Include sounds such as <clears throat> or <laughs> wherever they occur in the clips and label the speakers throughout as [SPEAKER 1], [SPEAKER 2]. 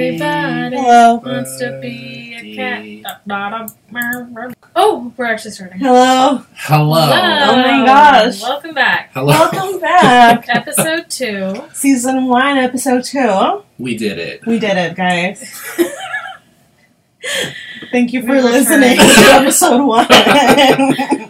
[SPEAKER 1] I don't
[SPEAKER 2] Hello.
[SPEAKER 1] wants to be a
[SPEAKER 3] Buddy.
[SPEAKER 1] cat. Da, da, da, mer, mer. Oh, we're actually starting.
[SPEAKER 2] Hello.
[SPEAKER 3] Hello.
[SPEAKER 2] Hello. Oh my gosh.
[SPEAKER 1] Welcome back.
[SPEAKER 3] Hello.
[SPEAKER 2] Welcome back. <laughs>
[SPEAKER 1] Episode two.
[SPEAKER 2] Season one, episode two.
[SPEAKER 3] <laughs> We did it.
[SPEAKER 2] We did it, guys. Thank you for
[SPEAKER 1] We were
[SPEAKER 2] listening
[SPEAKER 1] trying.
[SPEAKER 2] to episode <laughs> one.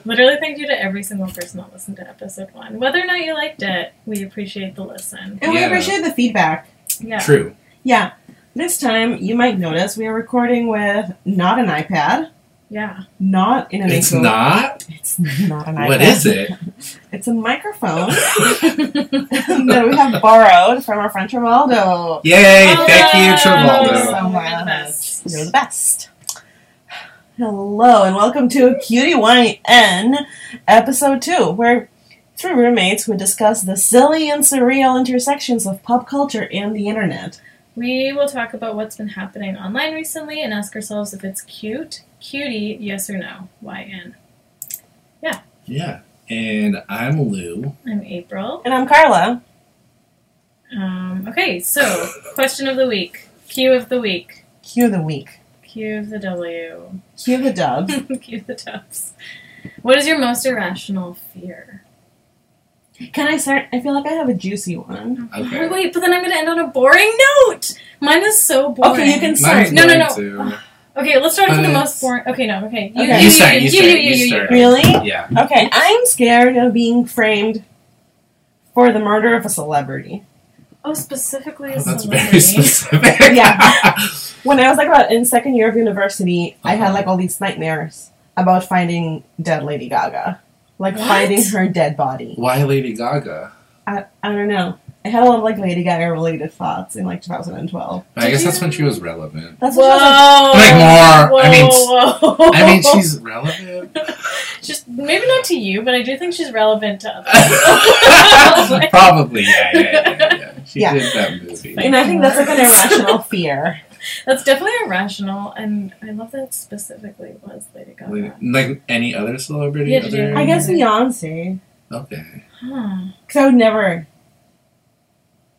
[SPEAKER 1] Literally, thank you to every single person that listened to episode one. Whether or not you liked it, we appreciate the listen.
[SPEAKER 2] and we
[SPEAKER 3] Yeah.
[SPEAKER 2] appreciate the feedback.
[SPEAKER 1] Yeah.
[SPEAKER 3] True.
[SPEAKER 2] Yeah. This time, you might notice we are recording with not an iPad,
[SPEAKER 1] Yeah. <laughs>
[SPEAKER 2] not in an
[SPEAKER 3] It's
[SPEAKER 2] iPhone.
[SPEAKER 3] not.
[SPEAKER 2] It's not an iPad.
[SPEAKER 3] What is
[SPEAKER 2] <laughs>
[SPEAKER 3] it? <laughs>
[SPEAKER 2] It's a microphone <laughs> that we have borrowed from our friend Rivaldo.
[SPEAKER 3] Yay! Thank you,
[SPEAKER 1] Hello.
[SPEAKER 3] Trivaldo.
[SPEAKER 2] So
[SPEAKER 1] You're the
[SPEAKER 2] much.
[SPEAKER 1] best.
[SPEAKER 2] You're the best. Hello and welcome to Cutie YN episode two, where three roommates would discuss the silly and surreal intersections of pop culture and the internet.
[SPEAKER 1] We will talk about what's been happening online recently and ask ourselves if it's cute, cutie, yes or no. YN.
[SPEAKER 3] Yeah. And I'm Lou.
[SPEAKER 1] I'm April.
[SPEAKER 2] And I'm Carla.
[SPEAKER 1] Um, okay, so question of the week. Q of the week.
[SPEAKER 2] Cue the week.
[SPEAKER 1] Q of the W.
[SPEAKER 2] Cue the dub.
[SPEAKER 1] <laughs> Cue the tops. What is your most irrational fear?
[SPEAKER 2] Can I start? I feel like I have a juicy one.
[SPEAKER 3] Okay.
[SPEAKER 1] Oh, Wait, but then I'm gonna end on a boring note. Mine is so boring.
[SPEAKER 2] Okay, you can start.
[SPEAKER 3] Mine's
[SPEAKER 1] No, no,
[SPEAKER 3] going
[SPEAKER 1] no.
[SPEAKER 3] to-
[SPEAKER 1] Okay, let's start with the
[SPEAKER 3] Uh,
[SPEAKER 1] most boring. Okay, no, okay. You,
[SPEAKER 2] Okay.
[SPEAKER 3] You
[SPEAKER 1] you,
[SPEAKER 3] start, you
[SPEAKER 1] You,
[SPEAKER 3] start,
[SPEAKER 1] you,
[SPEAKER 3] you
[SPEAKER 1] you, you,
[SPEAKER 3] start.
[SPEAKER 2] Really?
[SPEAKER 3] Yeah.
[SPEAKER 2] Okay, I'm scared of being framed for the murder of a celebrity.
[SPEAKER 1] Oh, specifically a
[SPEAKER 3] Oh, that's
[SPEAKER 1] celebrity. <laughs>
[SPEAKER 3] very <laughs> specific.
[SPEAKER 2] Yeah. When I was like about in second year of university, I had
[SPEAKER 3] Uh-huh.
[SPEAKER 2] like all these nightmares about finding dead Lady Gaga, like
[SPEAKER 1] What?
[SPEAKER 2] finding her dead body.
[SPEAKER 3] Why Lady Gaga?
[SPEAKER 2] I, I don't know. I had a lot of like Lady Gaga related thoughts in like 2012.
[SPEAKER 3] I
[SPEAKER 1] Did
[SPEAKER 3] guess that's
[SPEAKER 1] you-
[SPEAKER 3] when she was relevant.
[SPEAKER 2] That's
[SPEAKER 1] Whoa!
[SPEAKER 2] what I
[SPEAKER 3] Like more.
[SPEAKER 2] was
[SPEAKER 1] Whoa,
[SPEAKER 3] I mean, s-
[SPEAKER 1] whoa.
[SPEAKER 2] Oh.
[SPEAKER 3] I mean, she's
[SPEAKER 2] <laughs>
[SPEAKER 3] relevant.
[SPEAKER 1] <laughs>
[SPEAKER 3] <laughs>
[SPEAKER 1] Just, maybe not to you, but I do think she's relevant
[SPEAKER 3] <laughs>
[SPEAKER 1] to <laughs> others.
[SPEAKER 3] Probably. Yeah. Yeah. Yeah. yeah. She
[SPEAKER 2] Yeah.
[SPEAKER 3] did that movie.
[SPEAKER 2] like, and I think that's like an irrational fear.
[SPEAKER 1] That's definitely irrational, and I love that specifically was Lady Gaga.
[SPEAKER 3] Like any other celebrity?
[SPEAKER 1] Yeah, did you-
[SPEAKER 3] other-
[SPEAKER 2] I guess Beyonce,
[SPEAKER 3] Okay.
[SPEAKER 1] Huh.
[SPEAKER 2] because I would never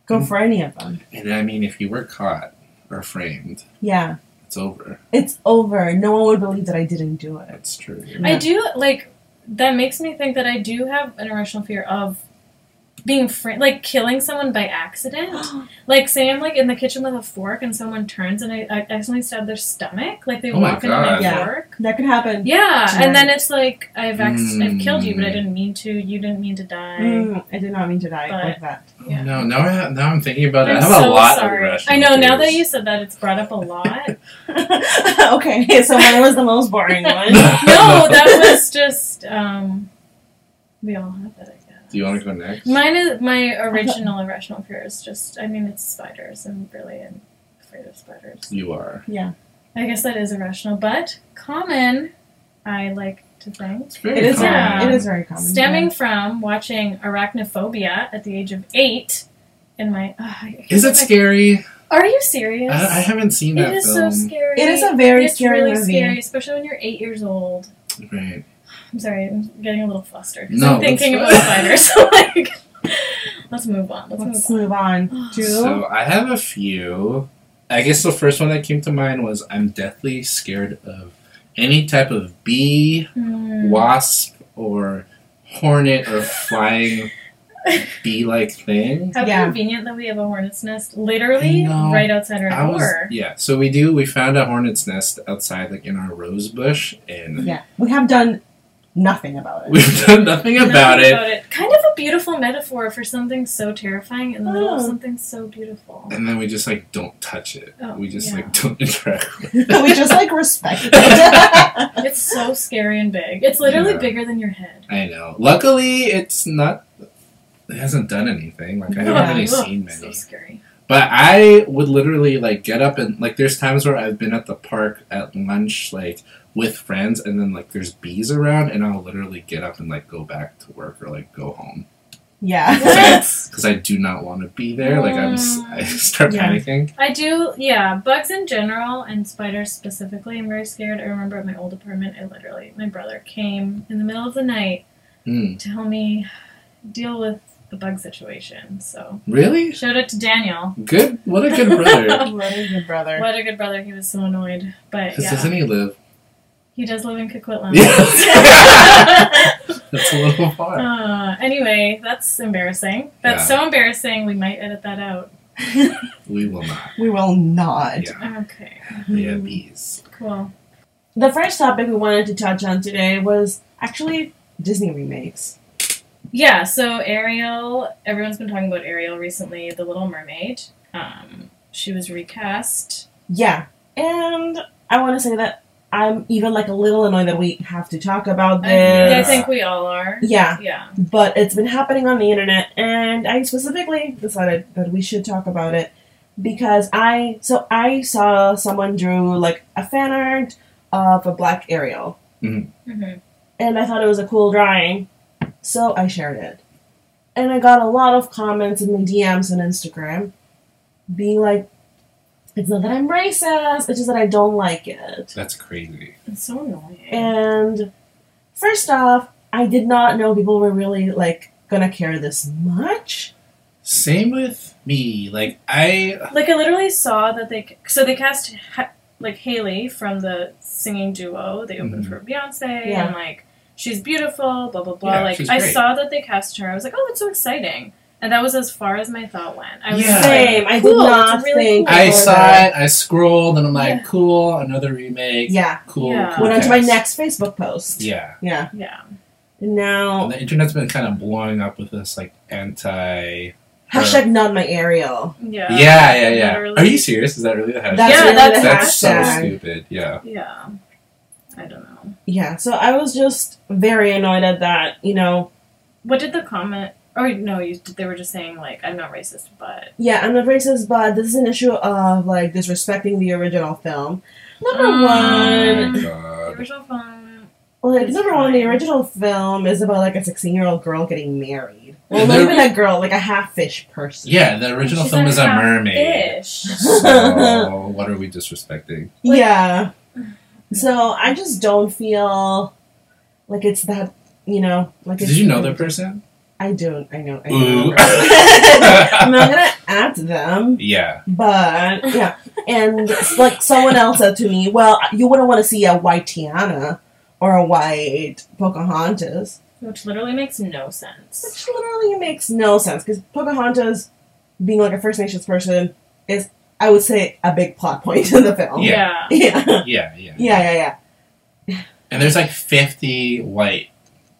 [SPEAKER 1] Mm-hmm.
[SPEAKER 2] go for any of them.
[SPEAKER 3] And I mean, if you were caught or framed,
[SPEAKER 2] Yeah,
[SPEAKER 3] it's over.
[SPEAKER 2] it's over. No one would believe that I didn't do
[SPEAKER 1] <gasps>
[SPEAKER 2] it.
[SPEAKER 3] That's true.
[SPEAKER 1] I do like that makes me think that I do have an irrational fear of being fr- like killing someone by
[SPEAKER 2] <gasps>
[SPEAKER 1] accident. like say I'm like in the kitchen with a fork and someone turns and I, I accidentally stab their stomach. Like they
[SPEAKER 3] Oh my
[SPEAKER 1] walk into my
[SPEAKER 3] God.
[SPEAKER 2] Yeah.
[SPEAKER 1] fork.
[SPEAKER 2] that could happen.
[SPEAKER 1] Yeah,
[SPEAKER 2] Right.
[SPEAKER 1] and then it's like I've ex- I've killed you, but I
[SPEAKER 3] Mm.
[SPEAKER 1] didn't mean to. You didn't mean to die.
[SPEAKER 2] Mm, I did not mean to die
[SPEAKER 1] But-
[SPEAKER 2] like that.
[SPEAKER 1] Yeah.
[SPEAKER 3] No, now I have, now I'm thinking about it.
[SPEAKER 1] I'm
[SPEAKER 3] I have a
[SPEAKER 1] so
[SPEAKER 3] lot
[SPEAKER 1] sorry.
[SPEAKER 3] of irrational
[SPEAKER 1] I know. Now that
[SPEAKER 3] fears.
[SPEAKER 1] you said that, it's brought up
[SPEAKER 3] <laughs>
[SPEAKER 1] a lot.
[SPEAKER 2] <laughs> okay, so mine was the most <laughs> boring one.
[SPEAKER 3] <laughs>
[SPEAKER 1] <laughs> no, that was just um, we all have it, I guess.
[SPEAKER 3] Do you want to go next?
[SPEAKER 1] Mine is my original irrational fear is just I mean it's spiders. I'm really am afraid of spiders.
[SPEAKER 3] you are.
[SPEAKER 1] I guess that is irrational, but common. I like to think.
[SPEAKER 3] It's very
[SPEAKER 2] It is
[SPEAKER 3] common.
[SPEAKER 1] Yeah.
[SPEAKER 2] very, it is very common.
[SPEAKER 1] Stemming from watching Arachnophobia at the age of eight, in my ugh, I can't
[SPEAKER 3] Is it
[SPEAKER 1] believe I-
[SPEAKER 3] scary?
[SPEAKER 1] Are you serious?
[SPEAKER 3] I, I haven't seen
[SPEAKER 1] it
[SPEAKER 3] that
[SPEAKER 1] is so
[SPEAKER 3] film.
[SPEAKER 1] scary.
[SPEAKER 2] It is a very
[SPEAKER 1] it's
[SPEAKER 2] scary
[SPEAKER 1] really
[SPEAKER 2] movie.
[SPEAKER 1] scary, especially when you're eight years old.
[SPEAKER 3] Right.
[SPEAKER 1] I'm sorry, I'm getting a little flustered. 'cause
[SPEAKER 3] No,
[SPEAKER 1] I'm thinking about
[SPEAKER 3] that's
[SPEAKER 1] spiders. <laughs> So like, let's move on. Let's,
[SPEAKER 2] Let's
[SPEAKER 1] move
[SPEAKER 2] move on
[SPEAKER 1] <gasps> on.
[SPEAKER 2] to
[SPEAKER 3] So I have a few. I guess the first one that came to mind was I'm deathly scared of any type of bee,
[SPEAKER 1] Hmm.
[SPEAKER 3] wasp, or hornet or
[SPEAKER 1] <laughs>
[SPEAKER 3] flying bee-like thing.
[SPEAKER 1] How
[SPEAKER 2] Yeah.
[SPEAKER 1] convenient that we have a hornet's nest literally
[SPEAKER 3] I know.
[SPEAKER 1] right outside our
[SPEAKER 3] I
[SPEAKER 1] door.
[SPEAKER 3] was, yeah. So we do. We found a hornet's nest outside, like in our rose bush, and
[SPEAKER 2] yeah. We have done nothing about
[SPEAKER 3] <laughs>
[SPEAKER 2] it.
[SPEAKER 3] we've done nothing
[SPEAKER 1] Nothing
[SPEAKER 3] about it.
[SPEAKER 1] Kind of a beautiful metaphor for something so terrifying in the middle of
[SPEAKER 2] Oh.
[SPEAKER 1] something so beautiful.
[SPEAKER 3] And then we just like don't touch it.
[SPEAKER 1] Oh,
[SPEAKER 3] we just
[SPEAKER 1] yeah.
[SPEAKER 3] like don't interact.
[SPEAKER 1] <laughs>
[SPEAKER 3] With it.
[SPEAKER 2] <laughs> we just like respect it.
[SPEAKER 1] It's so scary and big. It's literally
[SPEAKER 3] Yeah.
[SPEAKER 1] bigger than your head.
[SPEAKER 3] I know. Luckily, it's not. It hasn't done anything. Like I haven't
[SPEAKER 2] Yeah.
[SPEAKER 3] really
[SPEAKER 1] Ugh,
[SPEAKER 3] seen
[SPEAKER 1] So
[SPEAKER 3] many. <laughs>
[SPEAKER 1] scary.
[SPEAKER 3] But I would literally like get up and like. There's times where I've been at the park at lunch, like with friends, and then like there's bees around, and I'll literally get up and like go back to work or like go home.
[SPEAKER 2] <laughs> yeah.
[SPEAKER 1] <laughs> What?
[SPEAKER 3] because I do not want to be there. Like I'm, s- I start
[SPEAKER 2] Yeah.
[SPEAKER 3] panicking.
[SPEAKER 1] I do, yeah. Bugs in general and spiders specifically, I'm very scared. I remember at my old apartment, I literally, my brother came in the middle of the night
[SPEAKER 3] Mm.
[SPEAKER 1] to help me deal with the bug situation. So
[SPEAKER 3] Really?
[SPEAKER 1] shout out to Daniel.
[SPEAKER 3] Good. What a good
[SPEAKER 2] <laughs>
[SPEAKER 3] brother.
[SPEAKER 2] What a good brother.
[SPEAKER 1] What a good brother. He was so annoyed, but
[SPEAKER 3] Because
[SPEAKER 1] yeah,
[SPEAKER 3] doesn't he live?
[SPEAKER 1] he does live in Coquitlam.
[SPEAKER 3] Yes. That's a little far.
[SPEAKER 1] <laughs> Uh, anyway, that's embarrassing. That's so embarrassing. We might edit that out.
[SPEAKER 3] We will not.
[SPEAKER 2] We will not.
[SPEAKER 3] Yeah.
[SPEAKER 1] Okay,
[SPEAKER 3] We have bees.
[SPEAKER 1] cool.
[SPEAKER 2] The first topic we wanted to touch on today was actually Disney remakes.
[SPEAKER 1] Yeah, so Ariel, everyone's been talking about Ariel recently, The Little Mermaid. Um, she was recast.
[SPEAKER 2] Yeah. And I want to say that I'm even like a little annoyed that we have to talk about
[SPEAKER 1] I, I
[SPEAKER 2] this.
[SPEAKER 1] think we all are.
[SPEAKER 2] yeah,
[SPEAKER 1] Yeah.
[SPEAKER 2] but it's been happening on the internet, and I specifically decided that we should talk about it because I so I saw someone drew like a fan art of a black Ariel,
[SPEAKER 1] hmm
[SPEAKER 2] and I thought it was a cool drawing, so I shared it. And I got a lot of comments in my DMs on Instagram being like, it's not that I'm racist, it's just that I don't like it.
[SPEAKER 3] That's crazy.
[SPEAKER 1] It's so annoying.
[SPEAKER 2] And first off, I did not know people were really like gonna care this much.
[SPEAKER 3] Same with me. Like I.
[SPEAKER 1] like I literally saw that they so they cast ha- like Haley from the singing duo. They opened
[SPEAKER 3] Mhm.
[SPEAKER 1] for Beyonce
[SPEAKER 2] Yeah.
[SPEAKER 1] and like she's beautiful, blah blah blah.
[SPEAKER 3] Yeah,
[SPEAKER 1] like
[SPEAKER 3] she's
[SPEAKER 1] I
[SPEAKER 3] great.
[SPEAKER 1] saw that they cast her. I was like, oh, it's so exciting, and that was as far as my thought went. I was
[SPEAKER 3] Yeah.
[SPEAKER 1] like,
[SPEAKER 2] Same, I did
[SPEAKER 1] cool, that's
[SPEAKER 2] not
[SPEAKER 1] really
[SPEAKER 2] think
[SPEAKER 1] cool.
[SPEAKER 3] I
[SPEAKER 2] or
[SPEAKER 3] saw
[SPEAKER 2] that-
[SPEAKER 3] it. I scrolled, and I'm like,
[SPEAKER 1] Yeah.
[SPEAKER 3] cool, another remake.
[SPEAKER 2] Yeah.
[SPEAKER 3] Cool.
[SPEAKER 1] Yeah.
[SPEAKER 3] cool
[SPEAKER 2] Went on to my
[SPEAKER 3] cast.
[SPEAKER 2] next Facebook post.
[SPEAKER 3] Yeah.
[SPEAKER 2] Yeah.
[SPEAKER 1] yeah,
[SPEAKER 2] Now
[SPEAKER 3] And the internet's been kind of blowing up with this like anti.
[SPEAKER 2] hashtag not my Ariel.
[SPEAKER 1] yeah,
[SPEAKER 3] Yeah, yeah, yeah.
[SPEAKER 1] Literally.
[SPEAKER 3] Are you serious? Is that really the hashtag?
[SPEAKER 2] That's
[SPEAKER 1] Yeah,
[SPEAKER 2] really
[SPEAKER 1] that's-
[SPEAKER 2] the
[SPEAKER 3] That's so
[SPEAKER 2] hashtag.
[SPEAKER 3] stupid. Yeah.
[SPEAKER 1] yeah. I don't know.
[SPEAKER 2] Yeah, so I was just very annoyed at that, you know.
[SPEAKER 1] What did the comment? Or no, you, they were just saying like I'm not racist, but
[SPEAKER 2] Yeah, I'm not racist, but this is an issue of like disrespecting the original film. Number
[SPEAKER 1] Mm.
[SPEAKER 3] Oh
[SPEAKER 2] one,
[SPEAKER 3] my
[SPEAKER 1] the
[SPEAKER 3] god.
[SPEAKER 1] original film.
[SPEAKER 2] like
[SPEAKER 1] It's
[SPEAKER 2] number one, the
[SPEAKER 1] fine.
[SPEAKER 2] original film is about like a 16 year old girl getting married. Well,
[SPEAKER 3] And
[SPEAKER 2] not
[SPEAKER 3] they're-
[SPEAKER 2] even a girl, like a half fish person.
[SPEAKER 3] Yeah, the original
[SPEAKER 1] She's
[SPEAKER 3] film is a
[SPEAKER 1] half
[SPEAKER 3] mermaid.
[SPEAKER 1] Fish. <laughs>
[SPEAKER 3] So what are we disrespecting?
[SPEAKER 1] Like-
[SPEAKER 2] yeah. So I just don't feel like it's that, you know, like.
[SPEAKER 3] Did
[SPEAKER 2] it's-
[SPEAKER 3] you know that person?
[SPEAKER 2] I don't. I know. I
[SPEAKER 3] Ooh.
[SPEAKER 2] know. <laughs> I'm not gonna add them.
[SPEAKER 3] Yeah.
[SPEAKER 2] But yeah, and like someone else said to me, "Well, you wouldn't want to see a white Tiana or a white Pocahontas,"
[SPEAKER 1] Which literally makes no sense.
[SPEAKER 2] which literally makes no sense because Pocahontas, being like a First Nations person, is I would say a big plot point in the film.
[SPEAKER 3] Yeah.
[SPEAKER 1] Yeah.
[SPEAKER 2] yeah, <laughs> yeah,
[SPEAKER 3] Yeah, yeah.
[SPEAKER 2] yeah, yeah.
[SPEAKER 3] And there's like 50 white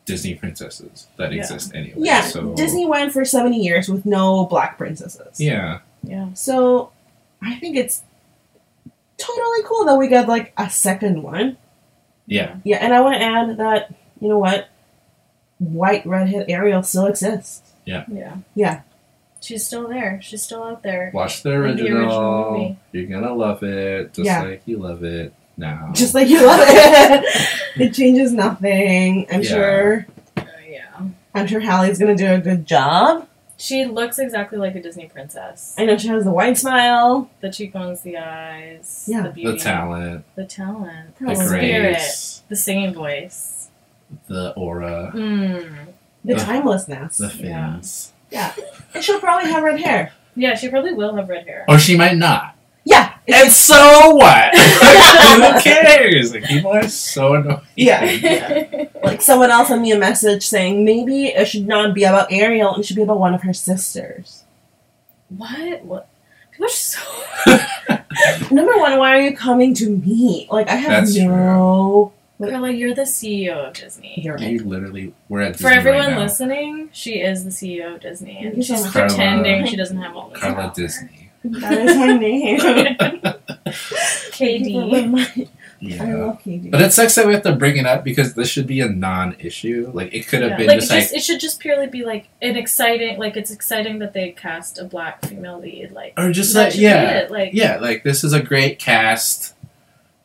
[SPEAKER 3] Disney princesses that
[SPEAKER 1] Yeah.
[SPEAKER 3] exist anyway.
[SPEAKER 2] Yeah,
[SPEAKER 3] So,
[SPEAKER 2] Disney went for seventy years with no black princesses.
[SPEAKER 3] Yeah.
[SPEAKER 1] Yeah.
[SPEAKER 2] So I think it's totally cool that we got like a second one.
[SPEAKER 3] Yeah.
[SPEAKER 2] Yeah, and I want to add that you know what, white redhead Ariel still exists.
[SPEAKER 1] Yeah.
[SPEAKER 2] Yeah.
[SPEAKER 1] She's still there. She's still out there.
[SPEAKER 3] Watch the
[SPEAKER 1] The
[SPEAKER 3] original.
[SPEAKER 1] original movie.
[SPEAKER 3] You're gonna love it, just
[SPEAKER 2] Yeah.
[SPEAKER 3] like you love it now.
[SPEAKER 2] Just like you love it,
[SPEAKER 3] <laughs>
[SPEAKER 2] it changes nothing. I'm
[SPEAKER 3] Yeah.
[SPEAKER 2] sure.
[SPEAKER 1] Uh, yeah.
[SPEAKER 2] I'm sure Hallie's gonna do a good job.
[SPEAKER 1] She looks exactly like a Disney princess.
[SPEAKER 2] I know she has the white smile.
[SPEAKER 1] The cheekbones, the eyes,
[SPEAKER 2] Yeah.
[SPEAKER 1] the
[SPEAKER 2] The
[SPEAKER 1] beauty,
[SPEAKER 3] the talent,
[SPEAKER 1] the talent,
[SPEAKER 3] the
[SPEAKER 2] The
[SPEAKER 1] spirit,
[SPEAKER 3] grace,
[SPEAKER 1] the singing voice.
[SPEAKER 3] the aura,
[SPEAKER 1] Mm.
[SPEAKER 2] The
[SPEAKER 3] Ugh.
[SPEAKER 2] timelessness.
[SPEAKER 3] the
[SPEAKER 1] Yeah.
[SPEAKER 3] fins.
[SPEAKER 2] And she'll probably have red hair.
[SPEAKER 1] Yeah, she probably will have red hair.
[SPEAKER 3] Or she might not.
[SPEAKER 2] Yeah.
[SPEAKER 3] And so what? Who cares? Like, people are so annoying.
[SPEAKER 2] Yeah. Like someone else sent me a message saying maybe it should not be about Ariel, it should be about one of her sisters.
[SPEAKER 1] <laughs> what? What? People are so.
[SPEAKER 2] Number one, why are you coming to me? Like I have
[SPEAKER 3] That's
[SPEAKER 2] no
[SPEAKER 1] Carla, you're the CEO of Disney.
[SPEAKER 2] You're right.
[SPEAKER 3] You literally, we're at
[SPEAKER 1] For
[SPEAKER 3] Disney
[SPEAKER 1] everyone
[SPEAKER 3] right now.
[SPEAKER 1] listening, she is the CEO of Disney,
[SPEAKER 2] Thank
[SPEAKER 1] and
[SPEAKER 2] you so
[SPEAKER 1] she's
[SPEAKER 2] much.
[SPEAKER 3] Carla-
[SPEAKER 1] pretending she doesn't have all this.
[SPEAKER 3] Carla
[SPEAKER 1] power. <laughs>
[SPEAKER 3] Disney.
[SPEAKER 2] That is my
[SPEAKER 3] <laughs>
[SPEAKER 2] name. Thank you for
[SPEAKER 1] KD.
[SPEAKER 2] reminding-
[SPEAKER 3] Yeah.
[SPEAKER 2] I love KD.
[SPEAKER 3] But it sucks that we have to bring it up because this should be a non-issue. Like it could have
[SPEAKER 1] Yeah.
[SPEAKER 3] been
[SPEAKER 1] Like,
[SPEAKER 3] just
[SPEAKER 1] it
[SPEAKER 3] like
[SPEAKER 1] just- it should just purely be like an exciting, like it's exciting that they cast a black female lead, like
[SPEAKER 3] or just
[SPEAKER 1] that
[SPEAKER 3] like
[SPEAKER 1] should be
[SPEAKER 3] yeah,
[SPEAKER 1] it, like
[SPEAKER 3] yeah. Like this is a great cast.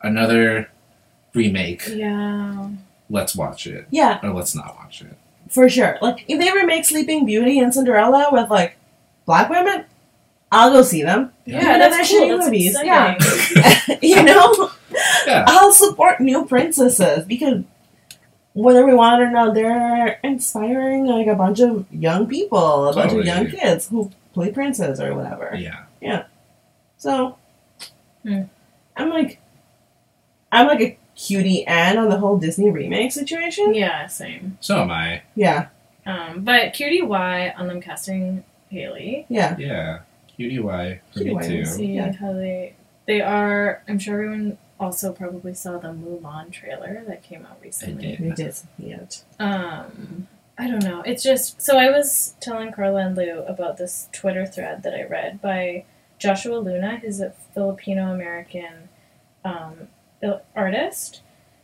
[SPEAKER 3] Another remake.
[SPEAKER 1] yeah,
[SPEAKER 3] Let's watch it
[SPEAKER 2] yeah,
[SPEAKER 3] or let's not watch it.
[SPEAKER 2] for sure. Like if they remake Sleeping Beauty and Cinderella with like black women, I'll go see them.
[SPEAKER 1] yeah,
[SPEAKER 2] Yeah,
[SPEAKER 1] that's
[SPEAKER 2] that's
[SPEAKER 1] cool,
[SPEAKER 2] shitty
[SPEAKER 1] that's
[SPEAKER 2] movies,
[SPEAKER 1] exciting.
[SPEAKER 2] yeah. <laughs> you know,
[SPEAKER 3] yeah.
[SPEAKER 2] I'll support new princesses because whether we want it or not, they're inspiring like a bunch of young people, a bunch of
[SPEAKER 3] Totally.
[SPEAKER 2] young kids who play princes or whatever.
[SPEAKER 3] Yeah.
[SPEAKER 2] So
[SPEAKER 1] Hmm.
[SPEAKER 2] I'm like I'm like a cutie Anne on the whole Disney remake situation.
[SPEAKER 1] <laughs> Yeah, same.
[SPEAKER 3] So am I.
[SPEAKER 2] Yeah,
[SPEAKER 1] Um, but Cutie Y on them casting Haley.
[SPEAKER 2] yeah.
[SPEAKER 3] Yeah. QDY for
[SPEAKER 2] QDY,
[SPEAKER 3] me
[SPEAKER 2] we'll
[SPEAKER 3] too.
[SPEAKER 1] See
[SPEAKER 2] Yeah.
[SPEAKER 1] how they they are. I'm sure everyone also probably saw the Mulan trailer that came out recently.
[SPEAKER 3] did.
[SPEAKER 2] We did yet.
[SPEAKER 1] um I don't know. It's just so I was telling Carla and Lou about this Twitter thread that I read by Joshua Luna, who's a Filipino American um, il- artist,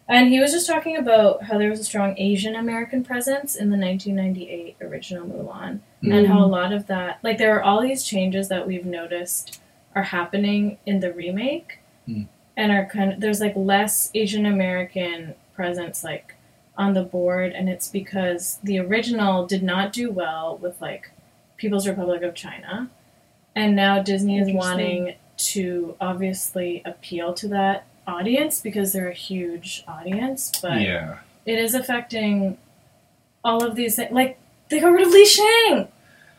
[SPEAKER 1] and he was just talking about how there was a strong Asian American presence in the 1998 original Mulan and how a lot of that like there are all these changes that we've noticed are happening in the remake
[SPEAKER 3] Mm.
[SPEAKER 1] and are kind of there's like less asian american presence like on the board and it's because the original did not do well with like people's republic of china and now disney is
[SPEAKER 2] Interesting.
[SPEAKER 1] wanting to obviously appeal to that audience because they're a huge audience but
[SPEAKER 3] Yeah.
[SPEAKER 1] it is affecting all of these things. Like they got rid of Li Shang,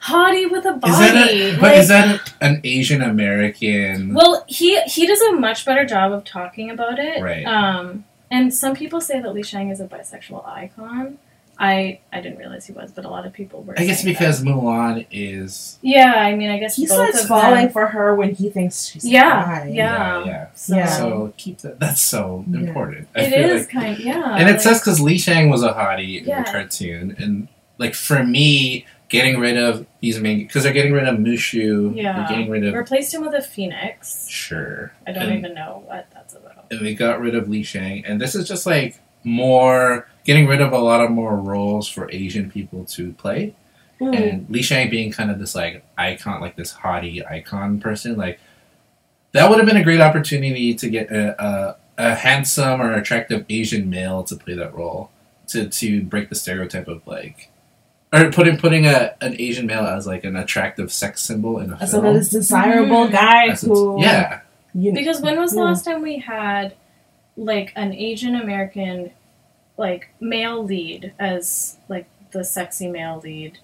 [SPEAKER 1] hottie with a body.
[SPEAKER 3] Is that a, but
[SPEAKER 1] Like,
[SPEAKER 3] is that an Asian American?
[SPEAKER 1] well, he he does a much better job of talking about it.
[SPEAKER 3] Right.
[SPEAKER 1] Um, and some people say that Li Shang is a bisexual icon. I I didn't realize he was, but a lot of people were.
[SPEAKER 3] I guess
[SPEAKER 1] saying
[SPEAKER 3] because Mulan is
[SPEAKER 1] that. yeah, I mean, I guess
[SPEAKER 2] He
[SPEAKER 1] both
[SPEAKER 2] starts
[SPEAKER 1] of
[SPEAKER 2] falling
[SPEAKER 1] Them,
[SPEAKER 2] for her when he thinks she's
[SPEAKER 1] yeah, yeah,
[SPEAKER 2] fine.
[SPEAKER 3] Yeah, yeah.
[SPEAKER 1] So,
[SPEAKER 2] Yeah.
[SPEAKER 3] so keep that. That's so
[SPEAKER 2] Yeah.
[SPEAKER 3] important. I
[SPEAKER 1] it
[SPEAKER 3] feel
[SPEAKER 1] is
[SPEAKER 3] like-
[SPEAKER 1] kind. Yeah.
[SPEAKER 3] and
[SPEAKER 1] like-
[SPEAKER 3] it says because Li Shang was a hottie in
[SPEAKER 1] Yeah.
[SPEAKER 3] the cartoon, and like for me, getting rid of these main because they're getting rid of Mushu.
[SPEAKER 1] Yeah.
[SPEAKER 3] They're getting rid of
[SPEAKER 1] replaced him with a phoenix.
[SPEAKER 3] sure.
[SPEAKER 1] I don't
[SPEAKER 3] and,
[SPEAKER 1] even know what that's about.
[SPEAKER 3] and they got rid of Li Shang, and this is just like more getting rid of a lot of more roles for Asian people to play.
[SPEAKER 1] Hmm.
[SPEAKER 2] Mm.
[SPEAKER 3] and Li Shang being kind of this like icon, like this haughty icon person, like that would have been a great opportunity to get a, a, a handsome or attractive Asian male to play that role to to break the stereotype of like or putting putting a an Asian male as like an attractive sex symbol in a
[SPEAKER 2] As
[SPEAKER 3] film.
[SPEAKER 2] one of those desirable
[SPEAKER 1] Mhm.
[SPEAKER 2] guys
[SPEAKER 3] As a-
[SPEAKER 2] who
[SPEAKER 3] yeah,
[SPEAKER 2] you know,
[SPEAKER 1] Because when was the
[SPEAKER 2] Yeah.
[SPEAKER 1] last time we had like an Asian American like male lead as like the sexy male lead?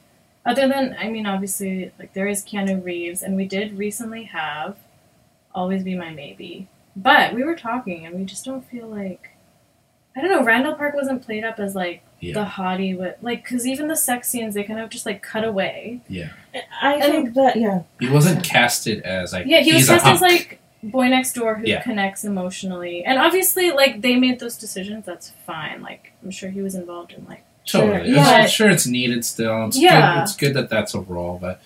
[SPEAKER 1] Other than I mean obviously like there is Keanu Reeves and we did recently have Always Be My Maybe. But we were talking and we just don't feel like I don't know, Randall Park wasn't played up as like
[SPEAKER 3] Yeah.
[SPEAKER 1] the hottie with like cuz even the sex scenes they kind of just like cut away.
[SPEAKER 2] I think that yeah.
[SPEAKER 3] he wasn't casted as like
[SPEAKER 1] Yeah, he was
[SPEAKER 3] he's a
[SPEAKER 1] dressed as
[SPEAKER 3] hunk.
[SPEAKER 1] like boy next door who
[SPEAKER 3] Yeah.
[SPEAKER 1] connects emotionally, and obviously, like they made those decisions. That's fine. Like I'm sure he was involved in like,
[SPEAKER 3] totally.
[SPEAKER 2] Yeah.
[SPEAKER 3] I'm sure it's needed still. It's
[SPEAKER 1] Yeah.
[SPEAKER 3] good. It's good that that's a role, but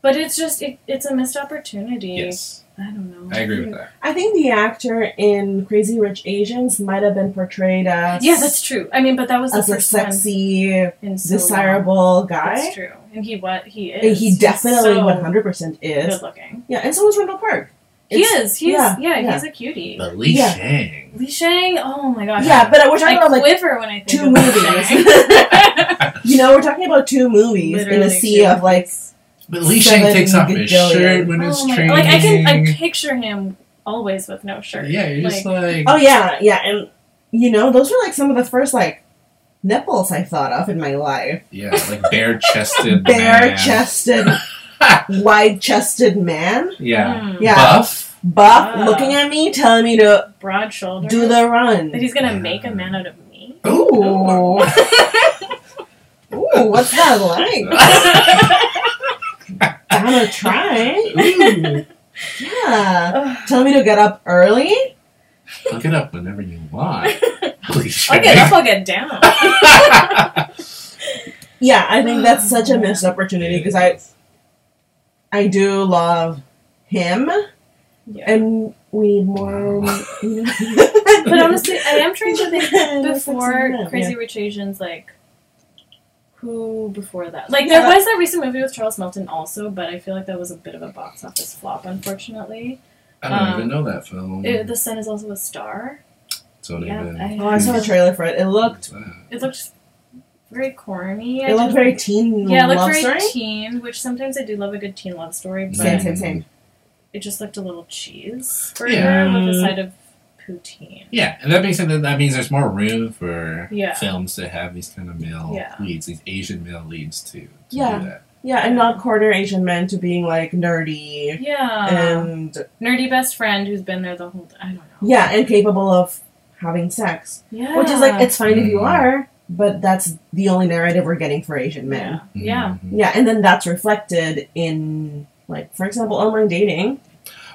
[SPEAKER 1] but it's just it, it's a missed opportunity.
[SPEAKER 3] yes,
[SPEAKER 1] I don't know.
[SPEAKER 3] I agree with that.
[SPEAKER 2] I think the actor in Crazy Rich Asians might have been portrayed as
[SPEAKER 1] Yeah, that's true. I mean, but that was
[SPEAKER 2] as
[SPEAKER 1] the
[SPEAKER 2] a
[SPEAKER 1] first
[SPEAKER 2] sexy,
[SPEAKER 1] one in so long.
[SPEAKER 2] desirable guy.
[SPEAKER 1] That's true, and he what he is.
[SPEAKER 2] And he
[SPEAKER 1] He's
[SPEAKER 2] definitely
[SPEAKER 1] so
[SPEAKER 2] one hundred percent is.
[SPEAKER 1] good looking.
[SPEAKER 2] Yeah, and so is Randall Park.
[SPEAKER 1] He
[SPEAKER 2] It's-
[SPEAKER 1] is. He's
[SPEAKER 2] yeah,
[SPEAKER 1] yeah,
[SPEAKER 2] yeah.
[SPEAKER 1] He's a cutie.
[SPEAKER 3] But Li
[SPEAKER 2] Yeah.
[SPEAKER 3] Shang.
[SPEAKER 1] Li Shang. Oh my gosh.
[SPEAKER 2] Yeah, but we're talking
[SPEAKER 1] I
[SPEAKER 2] about like
[SPEAKER 1] quiver when I think
[SPEAKER 2] two
[SPEAKER 1] of Li
[SPEAKER 2] <laughs>
[SPEAKER 1] Shang.
[SPEAKER 2] you know we're talking about two movies in a
[SPEAKER 1] Literally
[SPEAKER 2] sea
[SPEAKER 1] two
[SPEAKER 2] of like
[SPEAKER 3] But Lee Shang
[SPEAKER 2] Seven
[SPEAKER 3] takes off his
[SPEAKER 2] gajillion.
[SPEAKER 3] shirt when it's
[SPEAKER 1] Oh my-
[SPEAKER 3] training.
[SPEAKER 1] Like I can, I picture him always with no shirt.
[SPEAKER 3] yeah, you're just like,
[SPEAKER 2] oh yeah yeah and you know those were like some of the first like nipples I thought of in my life.
[SPEAKER 3] yeah, like bare
[SPEAKER 1] <laughs>
[SPEAKER 3] chested,
[SPEAKER 2] Bare chested, wide chested man.
[SPEAKER 3] yeah,
[SPEAKER 1] Mm,
[SPEAKER 2] Yeah.
[SPEAKER 3] buff.
[SPEAKER 2] Buff
[SPEAKER 1] Ah.
[SPEAKER 2] looking at me, telling me to
[SPEAKER 1] broad shoulders.
[SPEAKER 2] do the
[SPEAKER 1] That
[SPEAKER 2] run.
[SPEAKER 1] he's gonna
[SPEAKER 3] Yeah.
[SPEAKER 1] make a man out of
[SPEAKER 2] <laughs>
[SPEAKER 1] me.
[SPEAKER 2] Ooh. Ooh, what's that like? Gotta try.
[SPEAKER 3] Ooh.
[SPEAKER 2] Yeah.
[SPEAKER 1] Ugh.
[SPEAKER 2] Tell me to get up early?
[SPEAKER 3] Look it up whenever you want.
[SPEAKER 1] <laughs>
[SPEAKER 3] Lee Shang.
[SPEAKER 1] Okay,
[SPEAKER 3] <laughs>
[SPEAKER 1] I'll get down.
[SPEAKER 2] Yeah, I think that's such a missed opportunity because I, I do love him
[SPEAKER 1] Yeah.
[SPEAKER 2] and we need more. you know.
[SPEAKER 1] <laughs> But honestly, I am trying
[SPEAKER 2] <laughs>
[SPEAKER 1] to think
[SPEAKER 2] That's something
[SPEAKER 1] before
[SPEAKER 2] that,
[SPEAKER 1] Crazy
[SPEAKER 2] yeah.
[SPEAKER 1] Rich Asians, like who before that? Like
[SPEAKER 2] Yeah.
[SPEAKER 1] there was that recent movie with Charles Melton also, but I feel like that was a bit of a box office flop, unfortunately.
[SPEAKER 3] I don't
[SPEAKER 1] Um,
[SPEAKER 3] even know that film.
[SPEAKER 1] It- the Sun is also a star.
[SPEAKER 3] Mm. don't
[SPEAKER 1] yeah,
[SPEAKER 3] even.
[SPEAKER 1] I-
[SPEAKER 2] Oh, I saw the trailer for it. It looked,
[SPEAKER 1] It looked very corny. I
[SPEAKER 2] it looked
[SPEAKER 1] didn't-
[SPEAKER 2] very teen
[SPEAKER 1] Yeah, it looked
[SPEAKER 2] love
[SPEAKER 1] very
[SPEAKER 2] story.
[SPEAKER 1] teen, which sometimes I do love a good teen love story, but
[SPEAKER 2] Same, same, same.
[SPEAKER 1] it just looked a little cheese burger
[SPEAKER 3] Yeah.
[SPEAKER 1] with a side of poutine.
[SPEAKER 3] Yeah, and that makes sense. That, that means there's more room for
[SPEAKER 1] Yeah.
[SPEAKER 3] films to have these kind of male
[SPEAKER 1] Yeah.
[SPEAKER 3] leads, these Asian male leads to, to
[SPEAKER 2] Yeah.
[SPEAKER 3] do that.
[SPEAKER 2] Yeah, and not quarter Asian men to being like nerdy
[SPEAKER 1] Yeah.
[SPEAKER 2] and
[SPEAKER 1] Nerdy best friend who's been there the whole I don't know.
[SPEAKER 2] yeah, and capable of having sex.
[SPEAKER 1] Yeah.
[SPEAKER 2] Which is like it's fine if you
[SPEAKER 3] Mhm.
[SPEAKER 2] are, but that's the only narrative we're getting for Asian men.
[SPEAKER 1] Yeah. Yeah.
[SPEAKER 3] Mhm.
[SPEAKER 2] Yeah, and then that's reflected in like for example online dating.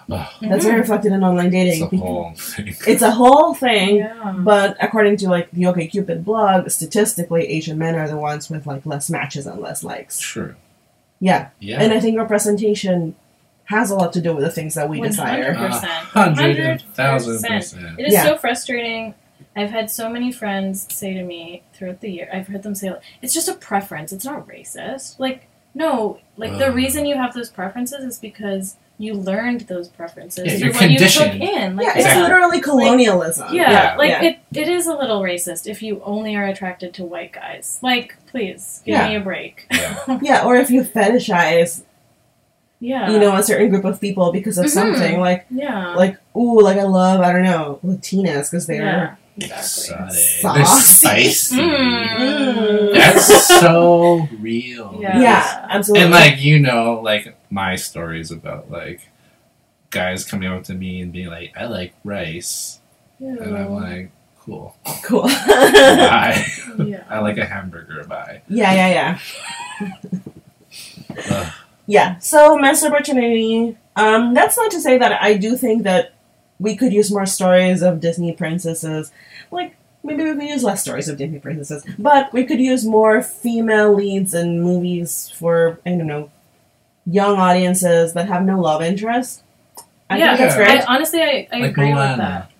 [SPEAKER 3] Ugh,
[SPEAKER 2] That's
[SPEAKER 1] Mhm.
[SPEAKER 2] very reflected in online
[SPEAKER 3] Mm-hmm. it's
[SPEAKER 2] dating.
[SPEAKER 3] a whole thing. <laughs>
[SPEAKER 2] It's a whole thing.
[SPEAKER 1] Yeah.
[SPEAKER 2] But according to like the OkCupid blog, statistically Asian men are the ones with like less matches and less likes.
[SPEAKER 3] true.
[SPEAKER 2] Yeah,
[SPEAKER 3] Yeah.
[SPEAKER 2] and I think representation has a lot to do with the things that we desire.
[SPEAKER 1] 100%.
[SPEAKER 3] Uh, hundred and thousand
[SPEAKER 1] 100%.
[SPEAKER 3] percent.
[SPEAKER 1] It is
[SPEAKER 2] Yeah.
[SPEAKER 1] so frustrating. I've had so many friends say to me throughout the year, I've heard them say, like, it's just a preference. It's not racist. Like, no, like the
[SPEAKER 2] Uh.
[SPEAKER 3] Ugh.
[SPEAKER 1] reason you have those preferences is because you learned those preferences
[SPEAKER 3] Yeah,
[SPEAKER 1] through
[SPEAKER 3] you're
[SPEAKER 1] what you took
[SPEAKER 3] conditioned.
[SPEAKER 1] in. Like,
[SPEAKER 2] Yeah,
[SPEAKER 1] it's
[SPEAKER 2] it's
[SPEAKER 3] Exactly.
[SPEAKER 2] literally colonialism.
[SPEAKER 1] not- yeah,
[SPEAKER 3] Yeah,
[SPEAKER 1] like
[SPEAKER 2] yeah.
[SPEAKER 1] It, it is a little racist if you only are attracted to white guys. Like, please, give
[SPEAKER 2] Yeah.
[SPEAKER 1] me a break.
[SPEAKER 3] Yeah.
[SPEAKER 2] Yeah, or if you fetishize,
[SPEAKER 1] yeah.
[SPEAKER 2] you know, a certain group of people because of
[SPEAKER 1] Mhm.
[SPEAKER 2] something like,
[SPEAKER 1] Yeah.
[SPEAKER 2] like, ooh, like I love, I don't know, Latinas because they're
[SPEAKER 1] yeah, exactly.
[SPEAKER 3] Exotic. They're
[SPEAKER 2] Saucy.
[SPEAKER 3] spicy.
[SPEAKER 1] Mm. <laughs>
[SPEAKER 3] That's so real.
[SPEAKER 1] Yeah.
[SPEAKER 2] yeah, absolutely.
[SPEAKER 3] And like you know, like my stories about like guys coming up to me and being like, "I like rice,"
[SPEAKER 1] Mm.
[SPEAKER 3] and I'm like, "Cool,
[SPEAKER 2] cool. <laughs> yeah,
[SPEAKER 3] bye."
[SPEAKER 1] yeah.
[SPEAKER 3] I like a hamburger, bye.
[SPEAKER 2] yeah, yeah.
[SPEAKER 3] <laughs> Ugh.
[SPEAKER 2] Yeah, so mass opportunity. Um, that's not to say that I do think that we could use more stories of Disney princesses. Like, maybe we could use less stories of Disney princesses, but we could use more female leads in movies for, I don't know, young audiences that have no love interest. I
[SPEAKER 1] yeah,
[SPEAKER 2] think that's
[SPEAKER 3] Yeah.
[SPEAKER 2] great.
[SPEAKER 1] I, honestly, I, I
[SPEAKER 3] Like
[SPEAKER 1] agree
[SPEAKER 3] Moana.
[SPEAKER 1] with that.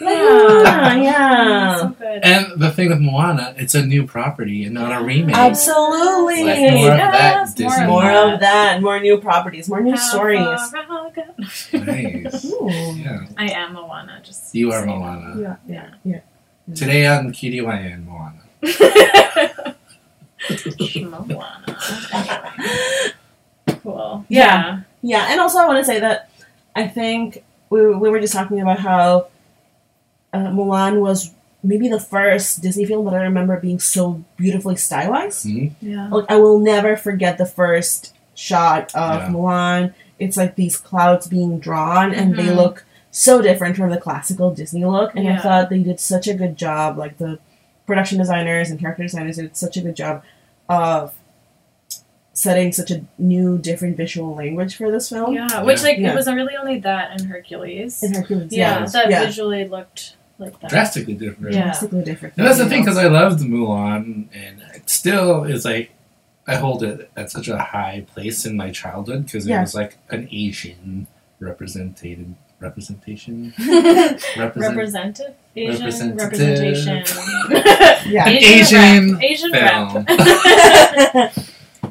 [SPEAKER 2] Yeah,
[SPEAKER 1] Mm,
[SPEAKER 2] yeah.
[SPEAKER 1] so good.
[SPEAKER 3] And the thing with Moana, it's a new property and not a remake.
[SPEAKER 1] Abs-
[SPEAKER 2] Absolutely.
[SPEAKER 3] Like, more of that
[SPEAKER 1] Yes,
[SPEAKER 3] Disney.
[SPEAKER 2] more of that, more new properties, more new
[SPEAKER 1] How
[SPEAKER 2] stories.
[SPEAKER 1] far I go.
[SPEAKER 3] Nice.
[SPEAKER 2] Ooh.
[SPEAKER 3] Yeah.
[SPEAKER 1] <laughs> I am Moana. Just
[SPEAKER 3] <laughs> You are
[SPEAKER 1] saying.
[SPEAKER 3] Moana.
[SPEAKER 2] Yeah, yeah, yeah.
[SPEAKER 3] Today on QDYN, Moana.
[SPEAKER 1] Moana. Cool.
[SPEAKER 2] Yeah. Yeah, and also I want to say that I think we, we were just talking about how uh, Mulan was maybe the first Disney film that I remember being so beautifully stylized.
[SPEAKER 3] Mhm.
[SPEAKER 1] Yeah.
[SPEAKER 2] Like I will never forget the first shot of
[SPEAKER 3] Yeah.
[SPEAKER 2] Mulan. It's like these clouds being drawn, and they
[SPEAKER 1] Mhm.
[SPEAKER 2] look so different from the classical Disney look. And I
[SPEAKER 1] Yeah.
[SPEAKER 2] thought they did such a good job. Like the production designers and character designers did such a good job of setting such a new, different visual language for this film.
[SPEAKER 1] Yeah. Which like
[SPEAKER 2] Yeah.
[SPEAKER 1] it was really only that and Hercules.
[SPEAKER 2] In Hercules,
[SPEAKER 1] yeah,
[SPEAKER 2] yeah,
[SPEAKER 1] That
[SPEAKER 2] yeah.
[SPEAKER 1] visually looked like that. <laughs>
[SPEAKER 3] Drastically different.
[SPEAKER 1] Yeah.
[SPEAKER 2] drastically different.
[SPEAKER 3] And that's the
[SPEAKER 2] you
[SPEAKER 3] thing,
[SPEAKER 2] know.
[SPEAKER 3] because I loved Mulan, and it still is like, I hold it at such a high place in my childhood because
[SPEAKER 2] Yeah.
[SPEAKER 3] it was like an Asian represented representation
[SPEAKER 1] <laughs>
[SPEAKER 3] represent
[SPEAKER 1] Represented Asian
[SPEAKER 3] Representative. <laughs>
[SPEAKER 1] representation.
[SPEAKER 2] <laughs> yeah.
[SPEAKER 1] <laughs>
[SPEAKER 3] An
[SPEAKER 1] Asian
[SPEAKER 3] Asian
[SPEAKER 1] rep. Asian
[SPEAKER 3] film.
[SPEAKER 1] rep.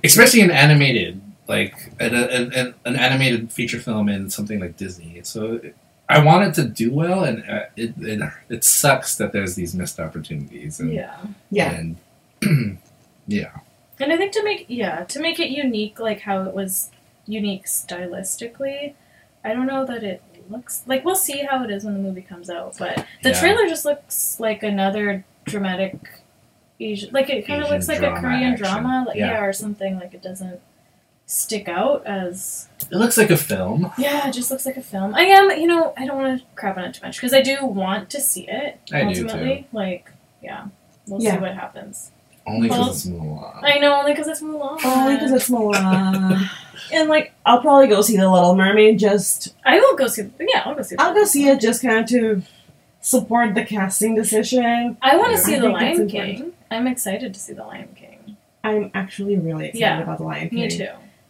[SPEAKER 3] especially in animated like an, an, an- an animated feature film in something like Disney. So it, I wanted to do well, and uh, it, it it sucks that there's these missed opportunities. And,
[SPEAKER 1] <laughs> yeah.
[SPEAKER 2] yeah,
[SPEAKER 3] and <clears throat>
[SPEAKER 1] And I think to make yeah, to make it unique like how it was unique stylistically, I don't know that it looks like we'll see how it is when the movie comes out, but the
[SPEAKER 3] Yeah.
[SPEAKER 1] trailer just looks like another dramatic Asian like it kind of
[SPEAKER 3] Asian
[SPEAKER 1] looks like a
[SPEAKER 3] drama
[SPEAKER 1] Korean
[SPEAKER 3] action.
[SPEAKER 1] drama like
[SPEAKER 3] Yeah.
[SPEAKER 1] yeah. or something like it doesn't stick out as
[SPEAKER 3] it looks like a film.
[SPEAKER 1] yeah, it just looks like a film. I am, you know, I don't want to crap on it too much because I do want to see it
[SPEAKER 3] I do, too.
[SPEAKER 1] ultimately. Like, yeah. We'll
[SPEAKER 2] Yeah.
[SPEAKER 1] see what happens.
[SPEAKER 3] Only because
[SPEAKER 1] Well,
[SPEAKER 3] it's Mulan.
[SPEAKER 1] I know, only because it's Mulan.
[SPEAKER 2] only because it's Mulan.
[SPEAKER 1] and like
[SPEAKER 2] I'll probably go see The Little Mermaid. Just
[SPEAKER 1] I will go see. Yeah, I'll go see.
[SPEAKER 2] I'll go see it just kind of to support the casting decision.
[SPEAKER 1] I want to
[SPEAKER 3] Yeah.
[SPEAKER 2] I
[SPEAKER 1] see the
[SPEAKER 2] think it's
[SPEAKER 1] Lion
[SPEAKER 2] important.
[SPEAKER 1] King. I'm excited to see the Lion King.
[SPEAKER 2] I'm actually really excited
[SPEAKER 1] Yeah,
[SPEAKER 2] about The Lion King.
[SPEAKER 1] Me too.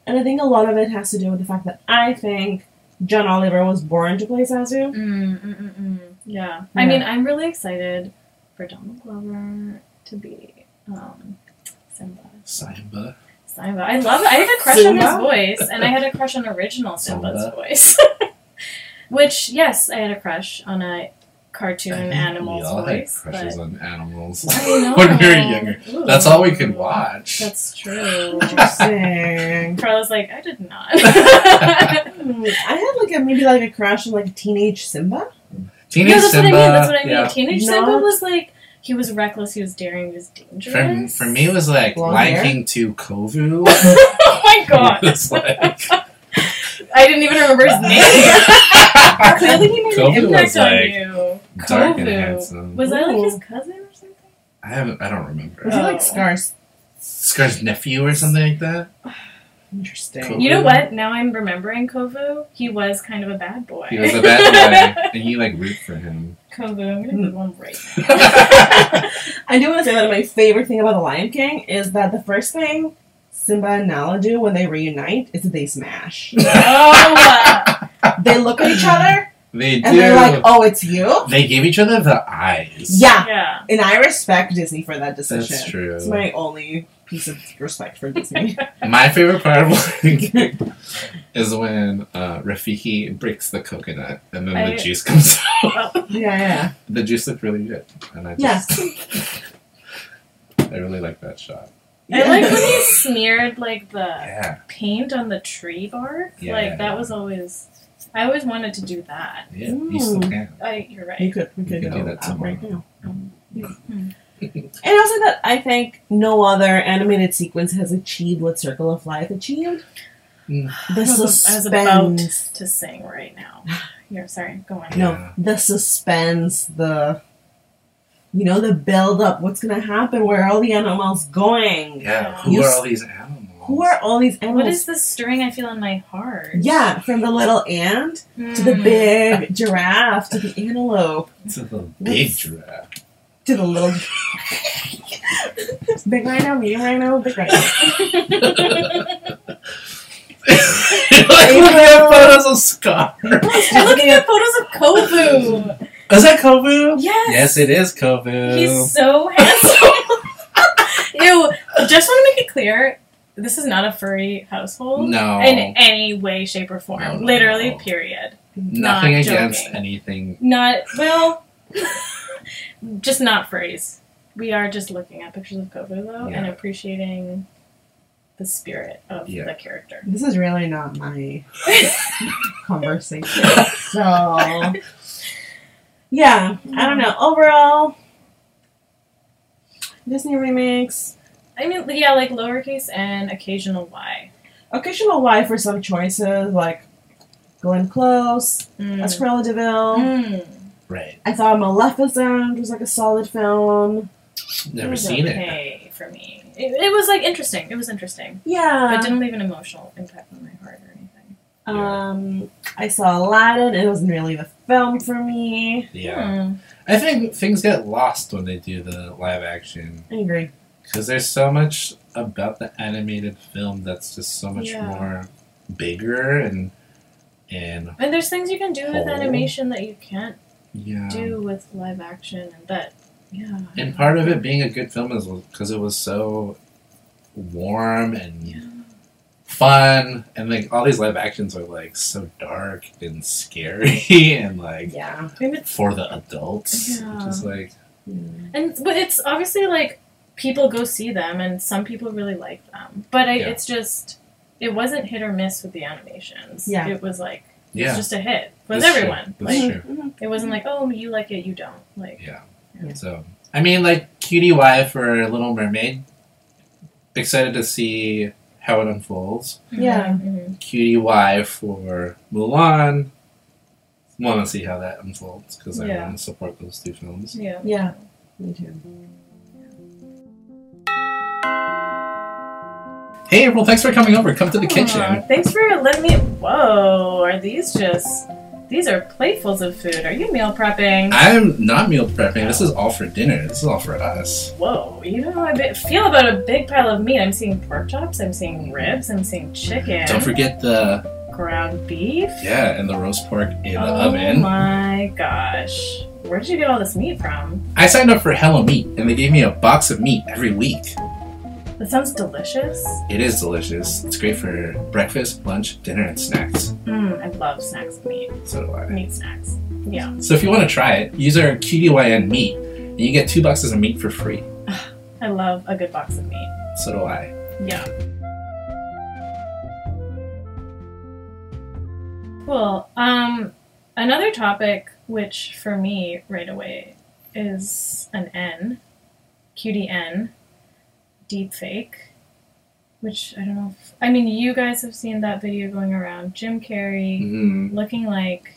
[SPEAKER 2] And I think a lot of it has to do with the fact that I think John Oliver was born to play Zazu.
[SPEAKER 1] Mm, mm, mm, mm. Yeah.
[SPEAKER 2] Yeah.
[SPEAKER 1] I mean, I'm really excited for Donald Glover to be um, Simba.
[SPEAKER 3] Simba.
[SPEAKER 1] Simba. I love. I had a crush
[SPEAKER 2] Simba?
[SPEAKER 1] on his voice, and I <laughs> had a crush on original Simba's
[SPEAKER 3] Simba.
[SPEAKER 1] voice. <laughs> Which, yes, I had a crush on a cartoon
[SPEAKER 3] I think
[SPEAKER 1] animal's
[SPEAKER 3] we all
[SPEAKER 1] voice.
[SPEAKER 3] had crushes
[SPEAKER 1] but-
[SPEAKER 3] on animals <laughs>
[SPEAKER 1] I know.
[SPEAKER 3] when we were younger.
[SPEAKER 1] Ooh.
[SPEAKER 3] That's all we could watch.
[SPEAKER 1] That's
[SPEAKER 3] <laughs>
[SPEAKER 1] true. <laughs>
[SPEAKER 2] Interesting.
[SPEAKER 1] Carla's like, I did not.
[SPEAKER 2] Hmm, I had like a maybe like a crush on like a teenage Simba.
[SPEAKER 3] Teenage
[SPEAKER 1] no, that's
[SPEAKER 3] Simba.
[SPEAKER 1] what I mean. That's what I mean.
[SPEAKER 3] yeah.
[SPEAKER 1] Teenage
[SPEAKER 2] No.
[SPEAKER 1] Simba was like he was reckless, he was daring, he was
[SPEAKER 3] For,
[SPEAKER 1] dangerous.
[SPEAKER 3] for
[SPEAKER 1] <laughs>
[SPEAKER 3] me, it was like
[SPEAKER 2] Blonde
[SPEAKER 3] Lion
[SPEAKER 2] hair?
[SPEAKER 3] King 2 Kovu.
[SPEAKER 1] oh my
[SPEAKER 3] <laughs>
[SPEAKER 1] <laughs> god,
[SPEAKER 3] It's like-
[SPEAKER 1] <laughs> I didn't even remember his name.
[SPEAKER 3] <laughs>
[SPEAKER 1] Clearly, he made an
[SPEAKER 3] Kovu
[SPEAKER 1] impact
[SPEAKER 3] was,
[SPEAKER 1] on
[SPEAKER 3] like,
[SPEAKER 1] you.
[SPEAKER 3] dark and
[SPEAKER 1] Kovu.
[SPEAKER 3] handsome.
[SPEAKER 1] Was I like his
[SPEAKER 2] Ooh.
[SPEAKER 1] cousin or something?
[SPEAKER 3] I haven't. I don't remember.
[SPEAKER 2] Was he
[SPEAKER 1] Oh.
[SPEAKER 2] like Scar's?
[SPEAKER 3] Scar's nephew or something like that.
[SPEAKER 2] Interesting.
[SPEAKER 3] Cool.
[SPEAKER 1] You know what? Now I'm remembering Kovu. He was kind of a bad boy.
[SPEAKER 3] He was a bad guy, and you like root for him.
[SPEAKER 1] <laughs> Kovu, I'm gonna Google him
[SPEAKER 3] <laughs>
[SPEAKER 1] right
[SPEAKER 2] I do want to say that my favorite thing about The Lion King is that the first thing Simba and Nala do when they reunite is that
[SPEAKER 3] <laughs>
[SPEAKER 2] they smash.
[SPEAKER 1] now.
[SPEAKER 2] they look at each other
[SPEAKER 3] they do.
[SPEAKER 2] and they're like, "Oh, it's you."
[SPEAKER 3] they give each other the eyes.
[SPEAKER 2] Yeah,
[SPEAKER 1] yeah.
[SPEAKER 2] and I respect Disney for that decision.
[SPEAKER 3] that's
[SPEAKER 2] It's
[SPEAKER 3] true.
[SPEAKER 2] my only piece of respect for Disney.
[SPEAKER 3] My favorite part of <laughs> Lion King is when uh, Rafiki breaks the coconut and then
[SPEAKER 1] I-
[SPEAKER 3] the juice comes out.
[SPEAKER 2] <laughs>
[SPEAKER 1] Oh,
[SPEAKER 2] yeah, yeah.
[SPEAKER 3] The juice looked really good, and I just <laughs> I really like that shot.
[SPEAKER 1] I like when he smeared like the
[SPEAKER 3] Yeah,
[SPEAKER 1] paint on the tree bark.
[SPEAKER 3] Yeah.
[SPEAKER 1] Like that was always. I always wanted to do that.
[SPEAKER 3] yeah, you still
[SPEAKER 2] Mm.
[SPEAKER 3] can.
[SPEAKER 1] I, you're right.
[SPEAKER 2] You could, we
[SPEAKER 3] You
[SPEAKER 2] could
[SPEAKER 3] could
[SPEAKER 2] go
[SPEAKER 3] do that
[SPEAKER 2] out
[SPEAKER 3] tomorrow.
[SPEAKER 2] right now. Um,
[SPEAKER 1] Hmm.
[SPEAKER 2] <laughs> and also that I think no other animated sequence has achieved what Circle of Life achieved.
[SPEAKER 3] Mm.
[SPEAKER 2] The
[SPEAKER 1] I was, I was about
[SPEAKER 2] suspense.
[SPEAKER 1] to sing right
[SPEAKER 2] <sighs>
[SPEAKER 1] now. Here, sorry, go on.
[SPEAKER 3] Yeah.
[SPEAKER 2] No, the suspense, the you know, the build up. What's gonna happen? Where are all the animals going?
[SPEAKER 3] Yeah, who
[SPEAKER 2] You
[SPEAKER 3] are
[SPEAKER 2] s-
[SPEAKER 3] all these animals?
[SPEAKER 2] Who are all these animals?
[SPEAKER 1] What is the string I feel in my heart?
[SPEAKER 2] yeah, from the little ant to the
[SPEAKER 1] Hmm. <laughs>
[SPEAKER 2] big giraffe to the antelope
[SPEAKER 3] to the big giraffe? <laughs>
[SPEAKER 2] to the little big rhino, medium rhino, big rhino.
[SPEAKER 3] like looking at photos of Scar.
[SPEAKER 1] I'm looking at photos of
[SPEAKER 2] <laughs>
[SPEAKER 1] Kovu.
[SPEAKER 3] Is that Kovu?
[SPEAKER 1] Yes.
[SPEAKER 3] Yes, it is Kovu.
[SPEAKER 1] He's
[SPEAKER 3] <laughs>
[SPEAKER 1] so
[SPEAKER 2] <laughs>
[SPEAKER 1] handsome. Ew. Just want to make it clear, this is not a furry household
[SPEAKER 3] no,
[SPEAKER 1] in any way, shape, or form.
[SPEAKER 3] No, no,
[SPEAKER 1] Literally,
[SPEAKER 3] no.
[SPEAKER 1] period.
[SPEAKER 3] nothing
[SPEAKER 1] not
[SPEAKER 3] against
[SPEAKER 1] joking.
[SPEAKER 3] anything.
[SPEAKER 1] Not well. <laughs> just not furries. We are just looking at pictures of Kovu though, and
[SPEAKER 3] Yeah.
[SPEAKER 1] appreciating the spirit of
[SPEAKER 3] Yeah.
[SPEAKER 1] the character.
[SPEAKER 2] This is really not my conversation. So, yeah, I don't know. Overall, Disney remakes,
[SPEAKER 1] I mean, yeah, like lowercase and occasional y.
[SPEAKER 2] occasional Y for some choices like Glenn Close,
[SPEAKER 1] Mm.
[SPEAKER 2] Esmeralda Deville.
[SPEAKER 1] Mm.
[SPEAKER 3] Right.
[SPEAKER 2] I thought Maleficent was like a solid film.
[SPEAKER 3] Never
[SPEAKER 1] was
[SPEAKER 3] seen it.
[SPEAKER 1] okay for me. It, it was like interesting. It was interesting. but
[SPEAKER 2] Yeah.
[SPEAKER 1] it didn't leave an emotional impact on my heart or anything.
[SPEAKER 2] Um, I saw Aladdin. It wasn't really the film for me.
[SPEAKER 1] Hmm.
[SPEAKER 3] Yeah. I think things get lost when they do the live action
[SPEAKER 2] I agree.
[SPEAKER 3] because there's so much about the animated film that's just so much
[SPEAKER 1] Yeah.
[SPEAKER 3] more bigger and and
[SPEAKER 1] And there's things you can do with
[SPEAKER 3] Oh.
[SPEAKER 1] animation that you can't
[SPEAKER 3] yeah.
[SPEAKER 1] do with live action, and that, yeah.
[SPEAKER 3] And part of it being a good film is because it was so warm and
[SPEAKER 1] Yeah.
[SPEAKER 3] fun, and like all these live actions are like so dark and scary <laughs> and like
[SPEAKER 2] Yeah.
[SPEAKER 1] Maybe it's-
[SPEAKER 3] for the adults,
[SPEAKER 1] Yeah.
[SPEAKER 3] which is like
[SPEAKER 1] And but it's obviously like people go see them, and some people really like them. But I,
[SPEAKER 3] Yeah.
[SPEAKER 1] it's just it wasn't hit or miss with the animations.
[SPEAKER 2] Yeah.
[SPEAKER 1] it was like it
[SPEAKER 3] yeah.
[SPEAKER 1] was just a hit with
[SPEAKER 3] That's true.
[SPEAKER 1] everyone.
[SPEAKER 3] That's
[SPEAKER 1] Like
[SPEAKER 2] Mm-hmm.
[SPEAKER 3] true.
[SPEAKER 1] it wasn't like oh you like it, you don't like.
[SPEAKER 3] Yeah.
[SPEAKER 2] Yeah.
[SPEAKER 3] So I mean, like QDY for Little Mermaid. Excited to see how it unfolds.
[SPEAKER 2] Yeah.
[SPEAKER 1] Mhm,
[SPEAKER 3] QDY E for Mulan. Want to see how that unfolds because I
[SPEAKER 1] Yeah.
[SPEAKER 3] want to support those two films.
[SPEAKER 1] mhm. yeah.
[SPEAKER 2] Yeah. Me too.
[SPEAKER 3] Hey, April, thanks for coming over. Come to the
[SPEAKER 1] Aw,
[SPEAKER 3] kitchen.
[SPEAKER 1] Thanks for letting me. Whoa, are these just? These are platefuls of food. Are you meal prepping?
[SPEAKER 3] I'm not meal prepping. This is all for dinner. This is all for us.
[SPEAKER 1] Whoa, you know how I be- feel about a big pile of meat. I'm seeing pork chops. I'm seeing ribs. I'm seeing chicken.
[SPEAKER 3] Don't forget the
[SPEAKER 1] ground beef.
[SPEAKER 3] yeah, and the roast pork in the
[SPEAKER 1] oh
[SPEAKER 3] oven.
[SPEAKER 1] my gosh, where did you get all this meat from?
[SPEAKER 3] I signed up for Hello Meat, and they gave me a box of meat every week.
[SPEAKER 1] That sounds delicious.
[SPEAKER 3] It is delicious. It's great for breakfast, lunch, dinner, and snacks.
[SPEAKER 1] Mmm, I love snacks and meat.
[SPEAKER 3] So do I.
[SPEAKER 1] Meat snacks. Yeah,
[SPEAKER 3] So if you want to try it, use our QDYN meat, and you get two boxes of meat for free.
[SPEAKER 1] I love a good box of meat.
[SPEAKER 3] So do I.
[SPEAKER 1] Yeah. Cool. Um, another topic which for me right away is an N, cutie N, deep fake, which I don't know. If, I mean, you guys have seen that video going around. Jim Carrey
[SPEAKER 3] hmm
[SPEAKER 1] looking like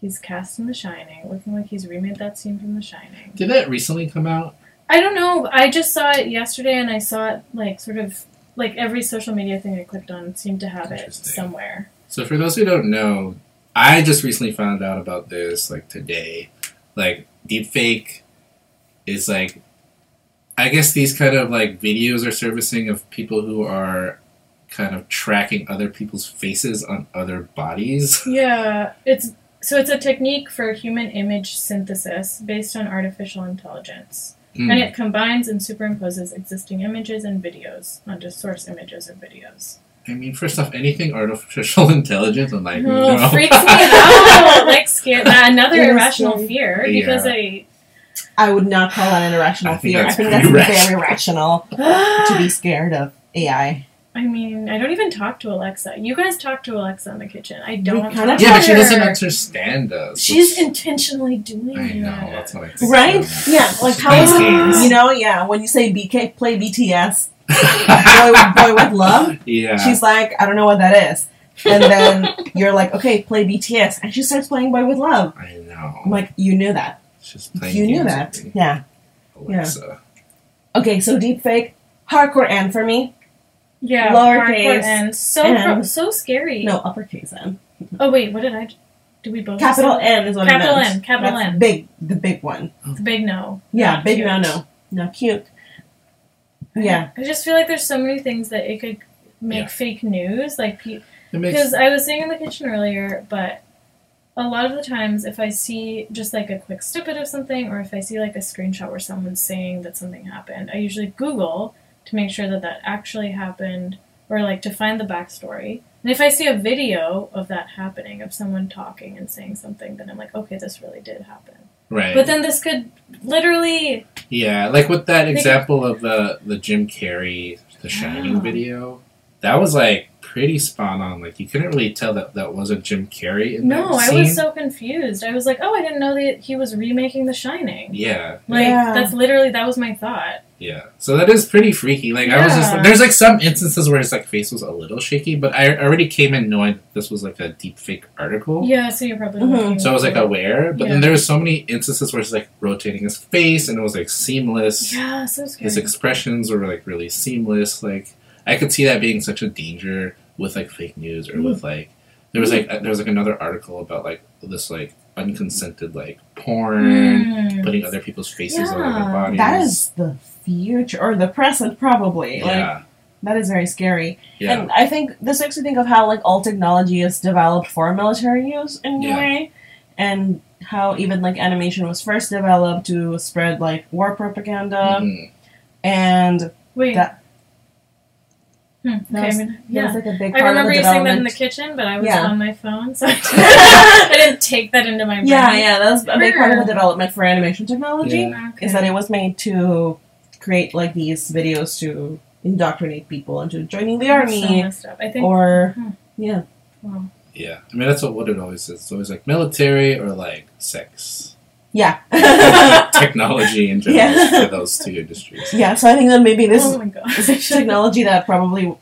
[SPEAKER 1] he's cast in The Shining, looking like he's remade that scene from The Shining.
[SPEAKER 3] Did that recently come out?
[SPEAKER 1] I don't know. I just saw it yesterday, and I saw it like sort of like every social media thing I clicked on seemed to have it
[SPEAKER 3] Interesting.
[SPEAKER 1] somewhere.
[SPEAKER 3] So for those who don't know, I just recently found out about this like today. Like deepfake is like I guess these kind of like videos are servicing of people who are kind of tracking other people's faces on other bodies.
[SPEAKER 1] Yeah, it's so it's a technique for human image synthesis based on artificial intelligence, and
[SPEAKER 3] Mm.
[SPEAKER 1] it combines and superimposes existing images and videos onto source images and videos.
[SPEAKER 3] I mean, first off, anything artificial <laughs> intelligence, I'm like,
[SPEAKER 2] Mm,
[SPEAKER 1] Oh,
[SPEAKER 3] no.
[SPEAKER 1] <laughs> freaks me out! Like scared. That another
[SPEAKER 2] It is
[SPEAKER 1] irrational
[SPEAKER 2] scary.
[SPEAKER 1] fear
[SPEAKER 3] Yeah.
[SPEAKER 1] because I.
[SPEAKER 2] I would not call that an irrational
[SPEAKER 3] I think
[SPEAKER 2] fear. I
[SPEAKER 3] that's
[SPEAKER 2] think that's
[SPEAKER 3] pretty
[SPEAKER 2] very rational to be scared of AI.
[SPEAKER 1] I mean, I don't even talk to Alexa. You guys talk to Alexa in the kitchen. I don't.
[SPEAKER 2] kinda
[SPEAKER 3] <laughs>
[SPEAKER 1] talk
[SPEAKER 3] yeah, but she
[SPEAKER 1] to
[SPEAKER 3] doesn't
[SPEAKER 1] her.
[SPEAKER 3] understand us.
[SPEAKER 2] She's intentionally doing
[SPEAKER 3] I know
[SPEAKER 1] Yeah.
[SPEAKER 3] that's what I think.
[SPEAKER 2] Right? Yeah, like how
[SPEAKER 3] These games. <laughs>
[SPEAKER 2] you know, yeah, when you say BK play BTS, boy,
[SPEAKER 3] <laughs>
[SPEAKER 2] boy with love,
[SPEAKER 3] Yeah.
[SPEAKER 2] she's like, I don't know what that is. And then you're like, okay, play BTS. And she starts playing Boy with Love.
[SPEAKER 3] I know.
[SPEAKER 2] I'm like, you knew that.
[SPEAKER 3] she's playing
[SPEAKER 2] you knew
[SPEAKER 3] games
[SPEAKER 2] that.
[SPEAKER 3] with me,
[SPEAKER 2] Yeah. Yeah.
[SPEAKER 3] Alexa.
[SPEAKER 2] Okay, so deepfake, hardcore N for me.
[SPEAKER 1] Yeah,
[SPEAKER 2] Lowercase
[SPEAKER 1] hardcore N. So
[SPEAKER 2] N.
[SPEAKER 1] pro- so scary.
[SPEAKER 2] No, uppercase N.
[SPEAKER 1] Oh wait, what did I? Did we both?
[SPEAKER 2] Capital
[SPEAKER 1] say-
[SPEAKER 2] N is what
[SPEAKER 1] Capital
[SPEAKER 2] I meant.
[SPEAKER 1] N, capital
[SPEAKER 2] That's
[SPEAKER 1] N.
[SPEAKER 2] Big, the big one.
[SPEAKER 1] It's a big no.
[SPEAKER 2] Yeah,
[SPEAKER 1] Not
[SPEAKER 2] big
[SPEAKER 1] cute.
[SPEAKER 2] no no. Not cute. Yeah.
[SPEAKER 1] <laughs> I just feel like there's so many things that it could make
[SPEAKER 3] Yeah.
[SPEAKER 1] fake news. Like
[SPEAKER 3] It makes
[SPEAKER 1] because I was saying in the kitchen earlier, but a lot of the times if I see just like a quick snippet of something, or if I see like a screenshot where someone's saying that something happened, I usually Google to make sure that that actually happened, or like to find the backstory. And if I see a video of that happening, of someone talking and saying something, then I'm like, okay, this really did happen.
[SPEAKER 3] right.
[SPEAKER 1] But then this could literally
[SPEAKER 3] yeah, like with that
[SPEAKER 1] Like- Ah.
[SPEAKER 3] example of the the Jim Carrey The Shining
[SPEAKER 1] Yeah.
[SPEAKER 3] video, that was like pretty spot on. Like you couldn't really tell that that wasn't Jim Carrey. In
[SPEAKER 1] no,
[SPEAKER 3] that
[SPEAKER 1] I
[SPEAKER 3] scene.
[SPEAKER 1] was so confused. I was like, oh, I didn't know that he was remaking The Shining.
[SPEAKER 3] Yeah,
[SPEAKER 1] Like
[SPEAKER 2] Yeah.
[SPEAKER 1] that's literally that was my thought.
[SPEAKER 3] yeah. So that is pretty freaky. Like I was
[SPEAKER 1] Yeah.
[SPEAKER 3] just there's like some instances where his like face was a little shaky, but I already came in knowing that this was like a deep fake article.
[SPEAKER 1] Yeah, so you're probably.
[SPEAKER 2] Mhm.
[SPEAKER 1] looking
[SPEAKER 3] So I was like
[SPEAKER 1] for-
[SPEAKER 3] aware, but
[SPEAKER 1] Yeah.
[SPEAKER 3] then there was so many instances where he's like rotating his face and it was like seamless.
[SPEAKER 1] Yeah, so scary.
[SPEAKER 3] his expressions were like really seamless. Like I could see that being such a danger with like fake news or
[SPEAKER 2] Mm-hmm.
[SPEAKER 3] with like there was like there was like another article about like this like unconsented like porn
[SPEAKER 1] Mm.
[SPEAKER 3] putting other people's faces on
[SPEAKER 1] Yeah.
[SPEAKER 3] other bodies.
[SPEAKER 2] That is the future or the present probably. Like
[SPEAKER 3] yeah,
[SPEAKER 2] that is very scary.
[SPEAKER 3] yeah,
[SPEAKER 2] And I think this makes me think of how like all technology is developed for military use in a
[SPEAKER 3] Yeah.
[SPEAKER 2] way. And how even like animation was first developed to spread like war propaganda
[SPEAKER 3] Mhm.
[SPEAKER 2] and
[SPEAKER 1] Wait.
[SPEAKER 2] That-
[SPEAKER 1] Hmm, okay,
[SPEAKER 2] That was-
[SPEAKER 1] I mean,
[SPEAKER 2] yeah.
[SPEAKER 1] yeah.
[SPEAKER 2] was like a big
[SPEAKER 1] I
[SPEAKER 2] part
[SPEAKER 1] remember
[SPEAKER 2] of the
[SPEAKER 1] you saying that in
[SPEAKER 2] development.
[SPEAKER 1] the <laughs> kitchen, but I was
[SPEAKER 2] Yeah.
[SPEAKER 1] on my
[SPEAKER 2] <laughs>
[SPEAKER 1] phone, so <laughs> I didn't, I didn't take that into my brain.
[SPEAKER 2] yeah, yeah, that was a big part of the development for animation technology.
[SPEAKER 3] Yeah.
[SPEAKER 1] Okay.
[SPEAKER 2] is that it was made to create like these videos to indoctrinate people into joining the
[SPEAKER 1] I'm so
[SPEAKER 2] army
[SPEAKER 1] messed up. I think.
[SPEAKER 2] or
[SPEAKER 1] Hmm.
[SPEAKER 2] yeah
[SPEAKER 1] wow.
[SPEAKER 3] yeah. I mean that's what, what it always is. It's always like military or like
[SPEAKER 2] <laughs>
[SPEAKER 3] sex.
[SPEAKER 2] yeah <laughs>
[SPEAKER 3] Technology in general
[SPEAKER 2] Yeah.
[SPEAKER 3] for those two industries.
[SPEAKER 2] yeah so i think that maybe this
[SPEAKER 1] oh my god.
[SPEAKER 2] is a technology that probably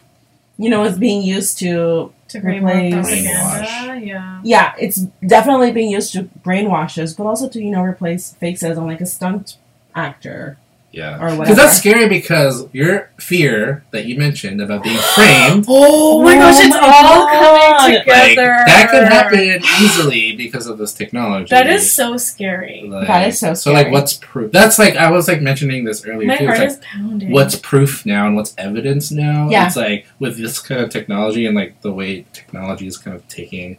[SPEAKER 2] you know is being used to
[SPEAKER 1] <laughs> to replace
[SPEAKER 2] replace-
[SPEAKER 1] propaganda. Yeah.
[SPEAKER 2] yeah it's definitely being used to brainwash us but also to you know replace fakes as on like a stunt actor
[SPEAKER 3] Yeah.
[SPEAKER 2] or whatever
[SPEAKER 3] Because that's scary because your fear that you mentioned about being
[SPEAKER 2] <gasps>
[SPEAKER 3] framed
[SPEAKER 1] Oh my gosh, it's
[SPEAKER 2] my
[SPEAKER 1] all
[SPEAKER 2] God.
[SPEAKER 1] coming
[SPEAKER 3] like,
[SPEAKER 1] together.
[SPEAKER 3] that could happen easily because of this technology.
[SPEAKER 1] That is so scary.
[SPEAKER 3] Like,
[SPEAKER 2] That is so
[SPEAKER 3] So like,
[SPEAKER 2] scary.
[SPEAKER 3] what's proof? That's like I was like mentioning this earlier
[SPEAKER 1] My
[SPEAKER 3] too.
[SPEAKER 1] heart
[SPEAKER 3] It's like,
[SPEAKER 1] is pounding.
[SPEAKER 3] what's proof now and what's evidence now?
[SPEAKER 2] Yeah.
[SPEAKER 3] It's like with this kind of technology and like the way technology is kind of taking,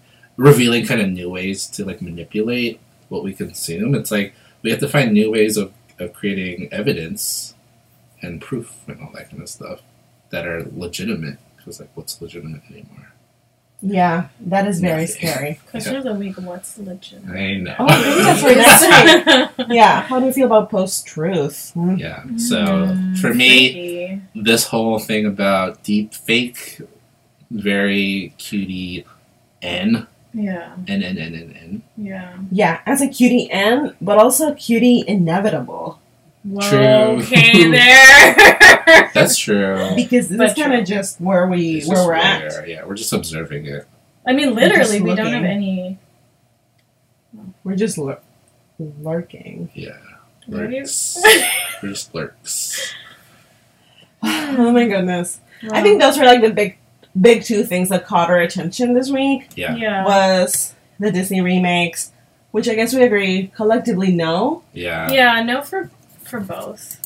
[SPEAKER 3] revealing kind of new ways to like manipulate what we consume. It's like we have to find new ways of of creating evidence and proof and all that kind of stuff that are legitimate. Because like, what's legitimate anymore?
[SPEAKER 2] yeah that is very
[SPEAKER 3] Nothing.
[SPEAKER 2] scary
[SPEAKER 1] question of the week? What's legit?
[SPEAKER 3] I know.
[SPEAKER 2] Oh, maybe that's
[SPEAKER 3] <laughs>
[SPEAKER 2] right next time.
[SPEAKER 1] <laughs>
[SPEAKER 2] yeah how do you feel about post-truth Hmm.
[SPEAKER 3] Yeah. So
[SPEAKER 1] Hmm,
[SPEAKER 3] for me,
[SPEAKER 1] Freaky.
[SPEAKER 3] this whole thing about deep fake, very cutie N
[SPEAKER 1] Yeah.
[SPEAKER 3] and and and and and.
[SPEAKER 1] Yeah.
[SPEAKER 2] Yeah, as a cutie N, but also a cutie inevitable.
[SPEAKER 1] Whoa,
[SPEAKER 3] True. <laughs>
[SPEAKER 1] Okay, there. <laughs>
[SPEAKER 3] That's true.
[SPEAKER 2] Because this
[SPEAKER 1] But
[SPEAKER 2] is kind of just where we
[SPEAKER 3] It's
[SPEAKER 2] where
[SPEAKER 3] just
[SPEAKER 2] we're
[SPEAKER 3] where
[SPEAKER 2] at.
[SPEAKER 3] we are, Yeah, we're just observing it.
[SPEAKER 1] I mean,
[SPEAKER 2] Just
[SPEAKER 1] literally, we don't
[SPEAKER 2] looking.
[SPEAKER 1] have any.
[SPEAKER 2] We're just lur- lurking. <laughs>
[SPEAKER 3] Yeah,
[SPEAKER 1] Maybe-
[SPEAKER 3] lurks.
[SPEAKER 1] <laughs>
[SPEAKER 3] we're just lurks.
[SPEAKER 2] oh my goodness! I think those were like the big, big two things that caught our attention this week
[SPEAKER 1] Yeah.
[SPEAKER 3] Yeah,
[SPEAKER 1] Yeah.
[SPEAKER 2] was the Disney remakes, which I guess we agree collectively <laughs> no.
[SPEAKER 3] yeah.
[SPEAKER 1] No for for both.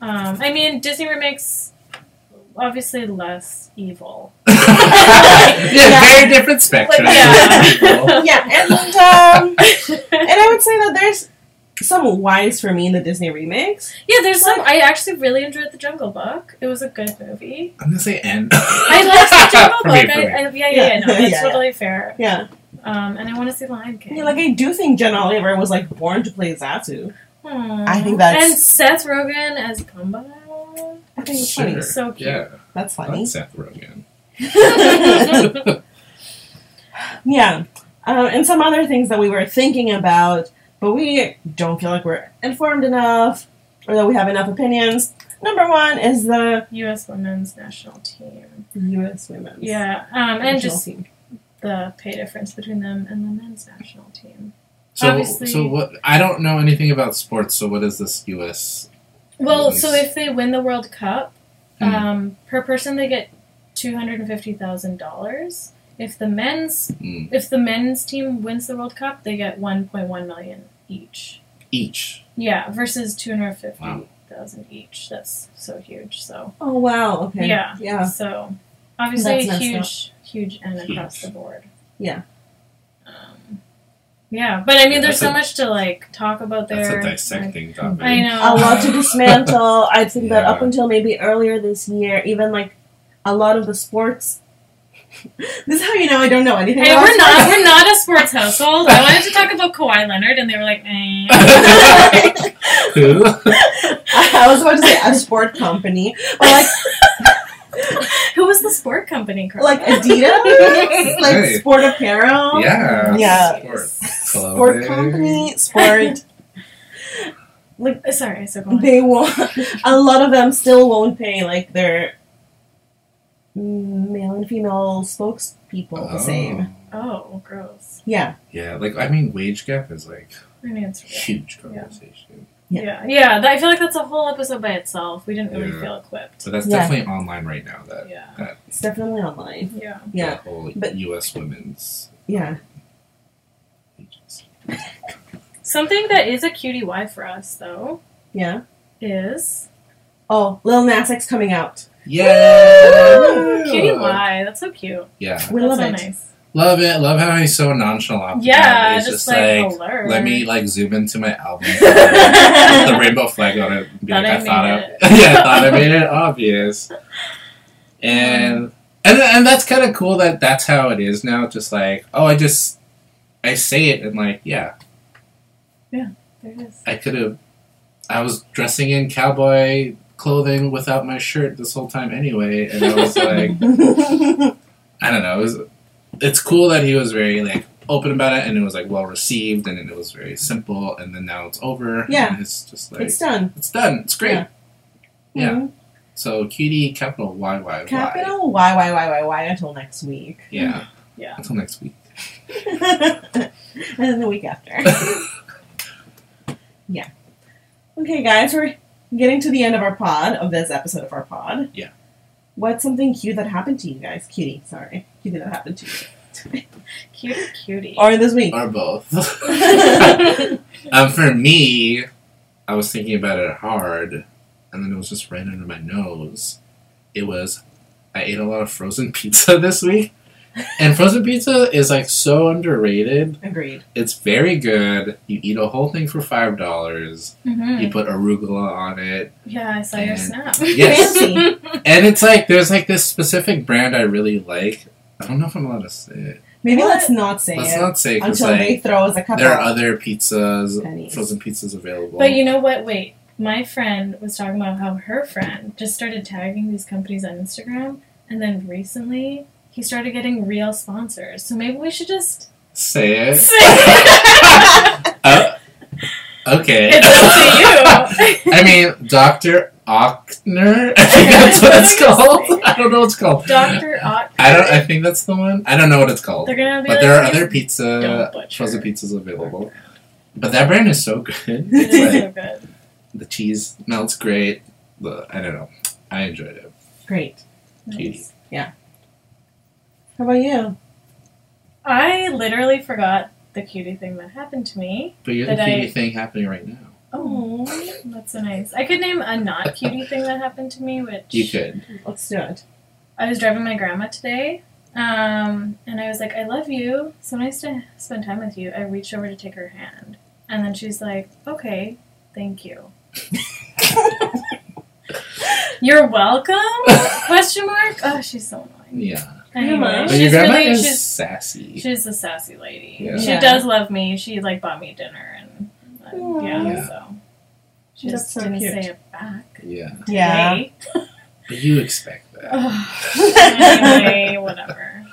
[SPEAKER 1] Um, I mean, Disney remakes obviously less evil. <laughs>
[SPEAKER 3] <laughs> yeah. very different spectrum.
[SPEAKER 1] Like, yeah.
[SPEAKER 2] yeah, and um, and I would say that there's some whys for me in the Disney remakes.
[SPEAKER 1] Yeah, there's some. I actually really enjoyed the Jungle Book. It was a good movie.
[SPEAKER 3] <laughs> I'm gonna say N.
[SPEAKER 2] <laughs>
[SPEAKER 1] I
[SPEAKER 3] <laughs>
[SPEAKER 1] liked the Jungle
[SPEAKER 3] For me,
[SPEAKER 1] Book.
[SPEAKER 3] for me.
[SPEAKER 1] I, I, yeah, yeah, yeah, no, that's
[SPEAKER 2] Yeah, <laughs> yeah.
[SPEAKER 1] totally fair.
[SPEAKER 2] Yeah,
[SPEAKER 1] Um, and I want to see Lion King.
[SPEAKER 2] yeah like I do think John Oliver was like born to play Zatu.
[SPEAKER 1] Aw.
[SPEAKER 2] I think that's-
[SPEAKER 1] and Seth Rogen as Pumbaa.
[SPEAKER 2] I think it's
[SPEAKER 3] Sure.
[SPEAKER 2] funny.
[SPEAKER 1] So cute.
[SPEAKER 3] Yeah,
[SPEAKER 2] That's
[SPEAKER 3] I
[SPEAKER 2] funny.
[SPEAKER 3] like Seth Rogen.
[SPEAKER 1] <laughs>
[SPEAKER 2] Yeah, um, and some other things that we were thinking about, but we don't feel like we're informed enough or that we have enough opinions. Number one is the
[SPEAKER 1] U.S. women's national team.
[SPEAKER 2] U.S. women's
[SPEAKER 1] Yeah, um, and
[SPEAKER 2] national
[SPEAKER 1] just
[SPEAKER 2] team.
[SPEAKER 1] the pay difference between them and the men's national team.
[SPEAKER 3] So,
[SPEAKER 1] Obviously-
[SPEAKER 3] so what? I don't know anything about sports. So, what is this U.S.
[SPEAKER 1] Well,
[SPEAKER 3] Nice.
[SPEAKER 1] so if they win the World Cup,
[SPEAKER 3] Mhm.
[SPEAKER 1] um, per person they get two hundred and fifty thousand dollars. If the men's
[SPEAKER 3] Mm,
[SPEAKER 1] if the men's team wins the World Cup, they get one point one million each.
[SPEAKER 3] each?
[SPEAKER 1] Yeah, versus two hundred fifty
[SPEAKER 3] Wow.
[SPEAKER 1] thousand each. That's so huge. So
[SPEAKER 2] Oh wow. Okay.
[SPEAKER 1] Yeah.
[SPEAKER 2] Yeah.
[SPEAKER 1] So
[SPEAKER 2] That's
[SPEAKER 1] obviously a
[SPEAKER 2] messed
[SPEAKER 1] huge, huge and across the
[SPEAKER 3] Huge.
[SPEAKER 1] board.
[SPEAKER 2] Yeah.
[SPEAKER 1] Um, yeah, but I mean,
[SPEAKER 3] That's
[SPEAKER 1] there's so
[SPEAKER 3] a-
[SPEAKER 1] much to like talk about there.
[SPEAKER 3] That's a dissecting topic.
[SPEAKER 1] I know.
[SPEAKER 2] a lot
[SPEAKER 3] <laughs>
[SPEAKER 2] to dismantle. I think that
[SPEAKER 3] Yeah.
[SPEAKER 2] up until maybe earlier this year, even like a lot of the sports. <laughs> this is how you know I don't know anything.
[SPEAKER 1] <laughs> Hey,
[SPEAKER 2] about
[SPEAKER 1] we're not
[SPEAKER 2] sports.
[SPEAKER 1] we're not a sports household. I wanted to talk about Kawhi Leonard, and they were like,
[SPEAKER 3] <laughs>
[SPEAKER 1] eh.
[SPEAKER 2] I
[SPEAKER 1] <laughs>
[SPEAKER 3] Who?
[SPEAKER 2] was about to say a sport company, but like
[SPEAKER 1] "Who was the sport company?" Carla?
[SPEAKER 2] like
[SPEAKER 3] <laughs>
[SPEAKER 2] Adidas, like
[SPEAKER 3] Hey.
[SPEAKER 2] sport apparel,
[SPEAKER 3] Yeah.
[SPEAKER 2] Yeah.
[SPEAKER 3] Sports.
[SPEAKER 2] sport
[SPEAKER 3] Clothing.
[SPEAKER 2] company,
[SPEAKER 1] <laughs>
[SPEAKER 2] sport.
[SPEAKER 1] Uh, Sorry, so go on.
[SPEAKER 2] they won't. A lot of them still won't pay like their male and female spokespeople the same.
[SPEAKER 1] Oh, gross.
[SPEAKER 2] Yeah,
[SPEAKER 3] Yeah, like I mean, wage gap is like
[SPEAKER 1] I mean, it's
[SPEAKER 3] <laughs>
[SPEAKER 1] real.
[SPEAKER 3] huge conversation.
[SPEAKER 2] Yeah.
[SPEAKER 1] Yeah, yeah. that- I feel like that's a whole episode by itself. We didn't really
[SPEAKER 3] Yeah.
[SPEAKER 1] feel equipped.
[SPEAKER 3] So that's
[SPEAKER 2] Yeah.
[SPEAKER 3] definitely online right now. That
[SPEAKER 1] Yeah,
[SPEAKER 2] it's definitely online.
[SPEAKER 1] yeah.
[SPEAKER 2] Yeah,
[SPEAKER 3] that whole
[SPEAKER 2] but-
[SPEAKER 3] U.S. women's.
[SPEAKER 2] yeah.
[SPEAKER 3] agency.
[SPEAKER 1] Something that is a cutie Y for us, though,
[SPEAKER 2] Yeah.
[SPEAKER 1] is
[SPEAKER 2] Oh, Lil Nas X coming out.
[SPEAKER 3] Yeah.
[SPEAKER 1] cutie Y. That's so cute.
[SPEAKER 3] Yeah,
[SPEAKER 2] We
[SPEAKER 1] That's
[SPEAKER 2] love
[SPEAKER 1] so
[SPEAKER 2] it.
[SPEAKER 1] nice.
[SPEAKER 3] love it. Love how he's so nonchalant. with
[SPEAKER 1] Yeah,
[SPEAKER 3] it.
[SPEAKER 1] just,
[SPEAKER 3] It's
[SPEAKER 1] like,
[SPEAKER 3] like
[SPEAKER 1] alert.
[SPEAKER 3] let me <laughs> like zoom into my
[SPEAKER 2] <laughs>
[SPEAKER 3] album.
[SPEAKER 1] <laughs> Thought
[SPEAKER 3] the rainbow flag on it. Be
[SPEAKER 1] Thought
[SPEAKER 3] like,
[SPEAKER 1] I
[SPEAKER 3] I, thought
[SPEAKER 1] made
[SPEAKER 3] it. <laughs> yeah, I thought I made it obvious. And and and that's kind of cool that that's how it is now. Just like oh, I just I say it and like yeah,
[SPEAKER 1] There it is.
[SPEAKER 3] I could have. I was dressing in cowboy clothing without my shirt this whole time anyway, and I was like, I don't know. It was, it's cool that he was very like open about it, and it was like well received, and it was very simple. And then now it's over.
[SPEAKER 2] Yeah.
[SPEAKER 3] and it's just like
[SPEAKER 2] <laughs> it's
[SPEAKER 3] it's,
[SPEAKER 2] done.
[SPEAKER 3] done. It's great.
[SPEAKER 2] Yeah.
[SPEAKER 3] Yeah.
[SPEAKER 2] Mhm.
[SPEAKER 3] So cutie capital Y Y Y.
[SPEAKER 2] Capital Y Y Y Y Y until next week. <laughs>
[SPEAKER 3] Yeah.
[SPEAKER 1] Yeah.
[SPEAKER 3] Until next <laughs> week.
[SPEAKER 2] and then the week after. yeah. Okay, guys, we're getting to the end of our pod, of this episode of our pod.
[SPEAKER 3] Yeah.
[SPEAKER 2] What's something cute that happened to you guys? Cutie, sorry. Cutie that happened to you.
[SPEAKER 1] <laughs> Cutie, cutie.
[SPEAKER 2] Or
[SPEAKER 3] <laughs>
[SPEAKER 2] this week.
[SPEAKER 3] or both. um, for me, I was thinking about it hard, and then it was just right under my nose. It was, I ate a lot of frozen <laughs> pizza this week, and frozen pizza is like so underrated.
[SPEAKER 2] Agreed.
[SPEAKER 3] It's very good. You eat a whole thing for five dollars.
[SPEAKER 1] Mhm.
[SPEAKER 3] You put arugula on it,
[SPEAKER 1] Yeah, I saw your
[SPEAKER 3] And-
[SPEAKER 1] snap. <laughs>
[SPEAKER 3] Yes.
[SPEAKER 2] Fancy.
[SPEAKER 3] and it's like there's like this specific brand I really like. I don't know if I'm allowed to say it.
[SPEAKER 2] Maybe
[SPEAKER 1] What?
[SPEAKER 2] let's not say
[SPEAKER 3] Let's
[SPEAKER 2] it
[SPEAKER 3] not say because
[SPEAKER 2] until they
[SPEAKER 3] like
[SPEAKER 2] throw us a couple
[SPEAKER 3] there are other pizzas,
[SPEAKER 2] pennies.
[SPEAKER 3] frozen pizzas available.
[SPEAKER 1] but you know what? Wait. My friend was talking about how her friend just started tagging these companies on Instagram, and then recently he started getting real sponsors. So maybe we
[SPEAKER 3] <laughs>
[SPEAKER 1] should just
[SPEAKER 3] Say it.
[SPEAKER 1] say it's
[SPEAKER 3] <laughs> Uh, okay.
[SPEAKER 1] up to
[SPEAKER 3] <laughs>
[SPEAKER 1] you.
[SPEAKER 3] I mean, Dr. Ochner? <laughs> I think that's what it's called. <laughs> I don't know what it's called.
[SPEAKER 1] <laughs> Doctor Ott.
[SPEAKER 3] I don't. I think that's the one. I don't know what it's called.
[SPEAKER 1] They're gonna be
[SPEAKER 3] But
[SPEAKER 1] like,
[SPEAKER 3] there are
[SPEAKER 1] "Here's
[SPEAKER 3] other uh, pizza,
[SPEAKER 1] Don't butcher.
[SPEAKER 3] frozen pizzas available. But that brand is so good. <laughs>
[SPEAKER 1] It is
[SPEAKER 3] Like,
[SPEAKER 1] so good.
[SPEAKER 3] the cheese melts great. The, I don't know. I enjoyed it.
[SPEAKER 2] Great.
[SPEAKER 1] Nice.
[SPEAKER 2] How about you?
[SPEAKER 1] I literally forgot the cutie thing that happened to me.
[SPEAKER 3] But you're
[SPEAKER 1] But
[SPEAKER 3] the
[SPEAKER 1] I-
[SPEAKER 3] cutie thing happening right now.
[SPEAKER 2] Oh,
[SPEAKER 1] That's so nice. I could name a not cutie thing that happened to me, which
[SPEAKER 3] You could.
[SPEAKER 2] let's do it.
[SPEAKER 1] I was driving my grandma today, um, and I was like, I love you. So nice to spend time with you. I reached over to take her hand. And then she's like, okay,
[SPEAKER 3] <laughs>
[SPEAKER 1] thank you. You're welcome? Question mark? Oh, she's so annoying.
[SPEAKER 3] Yeah.
[SPEAKER 1] Anyway,
[SPEAKER 2] But
[SPEAKER 3] But
[SPEAKER 1] she's
[SPEAKER 3] your grandma
[SPEAKER 1] really,
[SPEAKER 3] is
[SPEAKER 1] she's,
[SPEAKER 3] sassy.
[SPEAKER 1] she's a sassy lady.
[SPEAKER 3] Yeah.
[SPEAKER 1] She
[SPEAKER 2] Yeah.
[SPEAKER 1] does love me. She, like, bought me dinner, and, and
[SPEAKER 2] Oh,
[SPEAKER 1] yeah,
[SPEAKER 3] Aw.
[SPEAKER 1] so. She
[SPEAKER 2] That's
[SPEAKER 1] just
[SPEAKER 2] so
[SPEAKER 1] didn't
[SPEAKER 2] cute.
[SPEAKER 1] say it back.
[SPEAKER 3] yeah.
[SPEAKER 2] Yeah. <laughs>
[SPEAKER 1] Yay.
[SPEAKER 3] But you expect that.
[SPEAKER 2] <laughs>
[SPEAKER 1] anyway, whatever.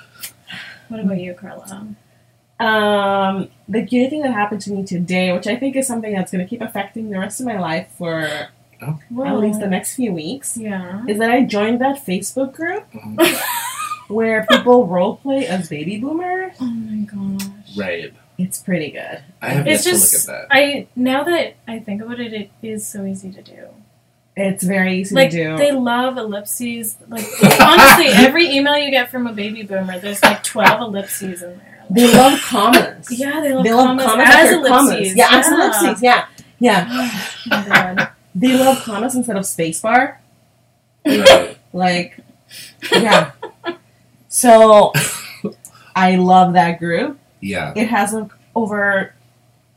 [SPEAKER 1] What about you, Carla?
[SPEAKER 2] Um, the cutie thing that happened to me today, which I think is something that's going to keep affecting the rest of my life for at least the next few weeks,
[SPEAKER 1] Yeah.
[SPEAKER 2] is that I joined that Facebook group
[SPEAKER 1] Oh. <laughs>
[SPEAKER 3] Um,
[SPEAKER 2] where people role play as baby boomers.
[SPEAKER 1] Oh my gosh.
[SPEAKER 3] right.
[SPEAKER 2] It's pretty good.
[SPEAKER 3] I have yet
[SPEAKER 1] It's
[SPEAKER 3] to look
[SPEAKER 1] just-
[SPEAKER 3] at that.
[SPEAKER 1] I now that I think about it, it is so easy to do.
[SPEAKER 2] It's very easy
[SPEAKER 1] Like
[SPEAKER 2] to do.
[SPEAKER 1] they love ellipses. Like
[SPEAKER 2] <laughs>
[SPEAKER 1] honestly, every email you get from a baby boomer, there's like twelve ellipses in there. Like,
[SPEAKER 2] they love commas.
[SPEAKER 1] yeah, they love,
[SPEAKER 2] they love
[SPEAKER 1] commas,
[SPEAKER 2] commas
[SPEAKER 1] as
[SPEAKER 2] after
[SPEAKER 1] ellipses.
[SPEAKER 2] commas. Yeah, as ellipses. Yeah, yeah.
[SPEAKER 1] Oh my God.
[SPEAKER 2] They love commas instead of spacebar.
[SPEAKER 3] Right.
[SPEAKER 2] Like, yeah. so I love that group.
[SPEAKER 3] Yeah.
[SPEAKER 2] It has like over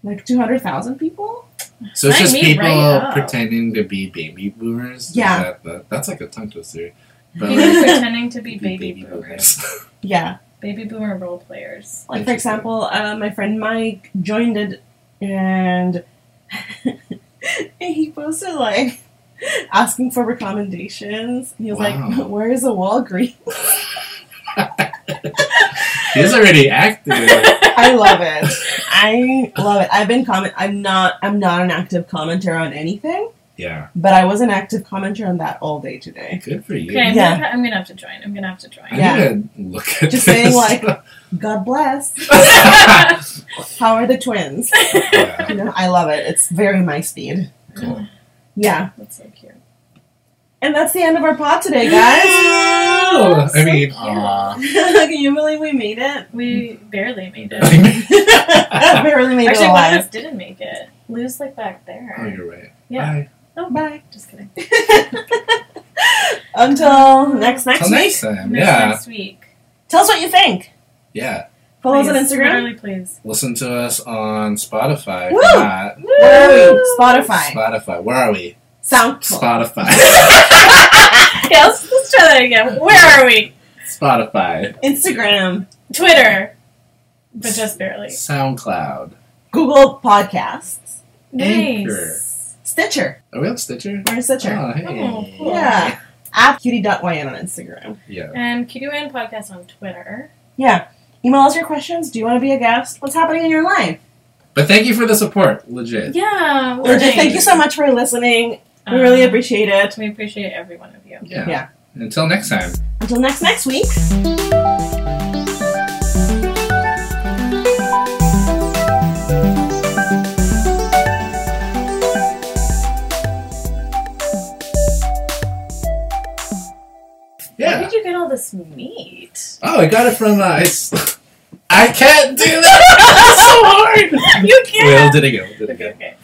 [SPEAKER 2] like two hundred thousand people.
[SPEAKER 3] So it's
[SPEAKER 1] Sign
[SPEAKER 3] just
[SPEAKER 1] me
[SPEAKER 3] people
[SPEAKER 1] right up.
[SPEAKER 3] pretending to be baby boomers. Is
[SPEAKER 2] Yeah.
[SPEAKER 3] that- that- that's like a tongue twister. But <laughs>
[SPEAKER 1] People
[SPEAKER 3] like,
[SPEAKER 1] pretending to be baby, boomers,
[SPEAKER 2] Yeah.
[SPEAKER 1] baby boomer role players.
[SPEAKER 2] Like for example, uh, my friend Mike joined it, and <laughs> he posted like asking for recommendations. He was
[SPEAKER 3] Wow.
[SPEAKER 2] like, "Where is a Walgreens?"
[SPEAKER 3] <laughs> He's already active.
[SPEAKER 1] <laughs>
[SPEAKER 2] I love it. I love it. I've been comment. I'm not. I'm not an active commenter on anything,
[SPEAKER 3] Yeah.
[SPEAKER 2] but I was an active commenter on that all day today.
[SPEAKER 3] Good for you.
[SPEAKER 1] Okay, I'm,
[SPEAKER 2] Yeah.
[SPEAKER 1] gonna, I'm gonna have to join. I'm gonna have to join.
[SPEAKER 3] I
[SPEAKER 1] <laughs>
[SPEAKER 2] Yeah.
[SPEAKER 3] need to look at
[SPEAKER 2] Just
[SPEAKER 3] this. <laughs>
[SPEAKER 2] saying, like- God bless. How are the twins?
[SPEAKER 3] Yeah.
[SPEAKER 2] You know, I love it. It's very my speed.
[SPEAKER 3] Cool.
[SPEAKER 2] Yeah,
[SPEAKER 1] That's so cute.
[SPEAKER 2] and that's the end of our pod today, guys. <laughs>
[SPEAKER 3] Oh, I
[SPEAKER 1] <laughs>
[SPEAKER 3] mean, <laughs>
[SPEAKER 1] So cute.
[SPEAKER 3] aw.
[SPEAKER 2] Can you believe we made it?
[SPEAKER 1] We barely made
[SPEAKER 3] <laughs>
[SPEAKER 1] it.
[SPEAKER 3] oh,
[SPEAKER 2] we really made
[SPEAKER 1] Actually,
[SPEAKER 2] it
[SPEAKER 1] one of
[SPEAKER 2] alive.
[SPEAKER 1] us didn't make it. Lou's like back there.
[SPEAKER 3] oh, you're right.
[SPEAKER 1] Yeah.
[SPEAKER 3] Bye.
[SPEAKER 2] Bye.
[SPEAKER 1] Just kidding.
[SPEAKER 2] Until next next
[SPEAKER 3] Till
[SPEAKER 2] week.
[SPEAKER 3] next time.
[SPEAKER 1] Next,
[SPEAKER 3] yeah.
[SPEAKER 1] next week.
[SPEAKER 2] Tell us what you think.
[SPEAKER 3] Yeah.
[SPEAKER 2] Follow us on
[SPEAKER 1] Please,
[SPEAKER 2] Instagram.
[SPEAKER 1] Literally, please.
[SPEAKER 3] Listen to us on Spotify. if
[SPEAKER 2] Woo!
[SPEAKER 3] not.
[SPEAKER 2] Where are we?
[SPEAKER 1] <laughs>
[SPEAKER 2] Spotify.
[SPEAKER 3] Spotify. Where are we?
[SPEAKER 2] SoundCloud. <laughs>
[SPEAKER 3] Spotify.
[SPEAKER 1] Okay, let's, let's try that again. Where are we?
[SPEAKER 3] Spotify.
[SPEAKER 2] Instagram.
[SPEAKER 1] Twitter. But just barely.
[SPEAKER 3] SoundCloud.
[SPEAKER 2] Google Podcasts,
[SPEAKER 3] Anchor.
[SPEAKER 1] Nice.
[SPEAKER 2] Stitcher.
[SPEAKER 3] Are we on Stitcher?
[SPEAKER 2] We're in Stitcher.
[SPEAKER 3] Oh, hey.
[SPEAKER 1] Oh, cool.
[SPEAKER 2] Yeah. At cutie.yn on Instagram.
[SPEAKER 3] Yeah.
[SPEAKER 1] And QDWAN Podcast on Twitter.
[SPEAKER 2] Yeah. Email us your questions. Do you want to be a guest? What's happening in your life?
[SPEAKER 3] But thank you for the support. Legit.
[SPEAKER 1] Yeah.
[SPEAKER 2] Or just
[SPEAKER 1] thanks.
[SPEAKER 2] thank you so much for listening. We really
[SPEAKER 1] Um,
[SPEAKER 2] appreciate it.
[SPEAKER 1] We appreciate every one of you.
[SPEAKER 3] Yeah.
[SPEAKER 2] Yeah.
[SPEAKER 3] Until next time.
[SPEAKER 2] Until next next week.
[SPEAKER 1] Where
[SPEAKER 3] Yeah.
[SPEAKER 1] did you get all this meat?
[SPEAKER 3] Oh, I got it from uh, I. s- <laughs> I can't do that. <laughs> It's so hard.
[SPEAKER 1] You
[SPEAKER 3] Wait, I'll
[SPEAKER 1] can't.
[SPEAKER 3] do it again. I'll do it
[SPEAKER 1] Okay,
[SPEAKER 3] again.
[SPEAKER 1] okay.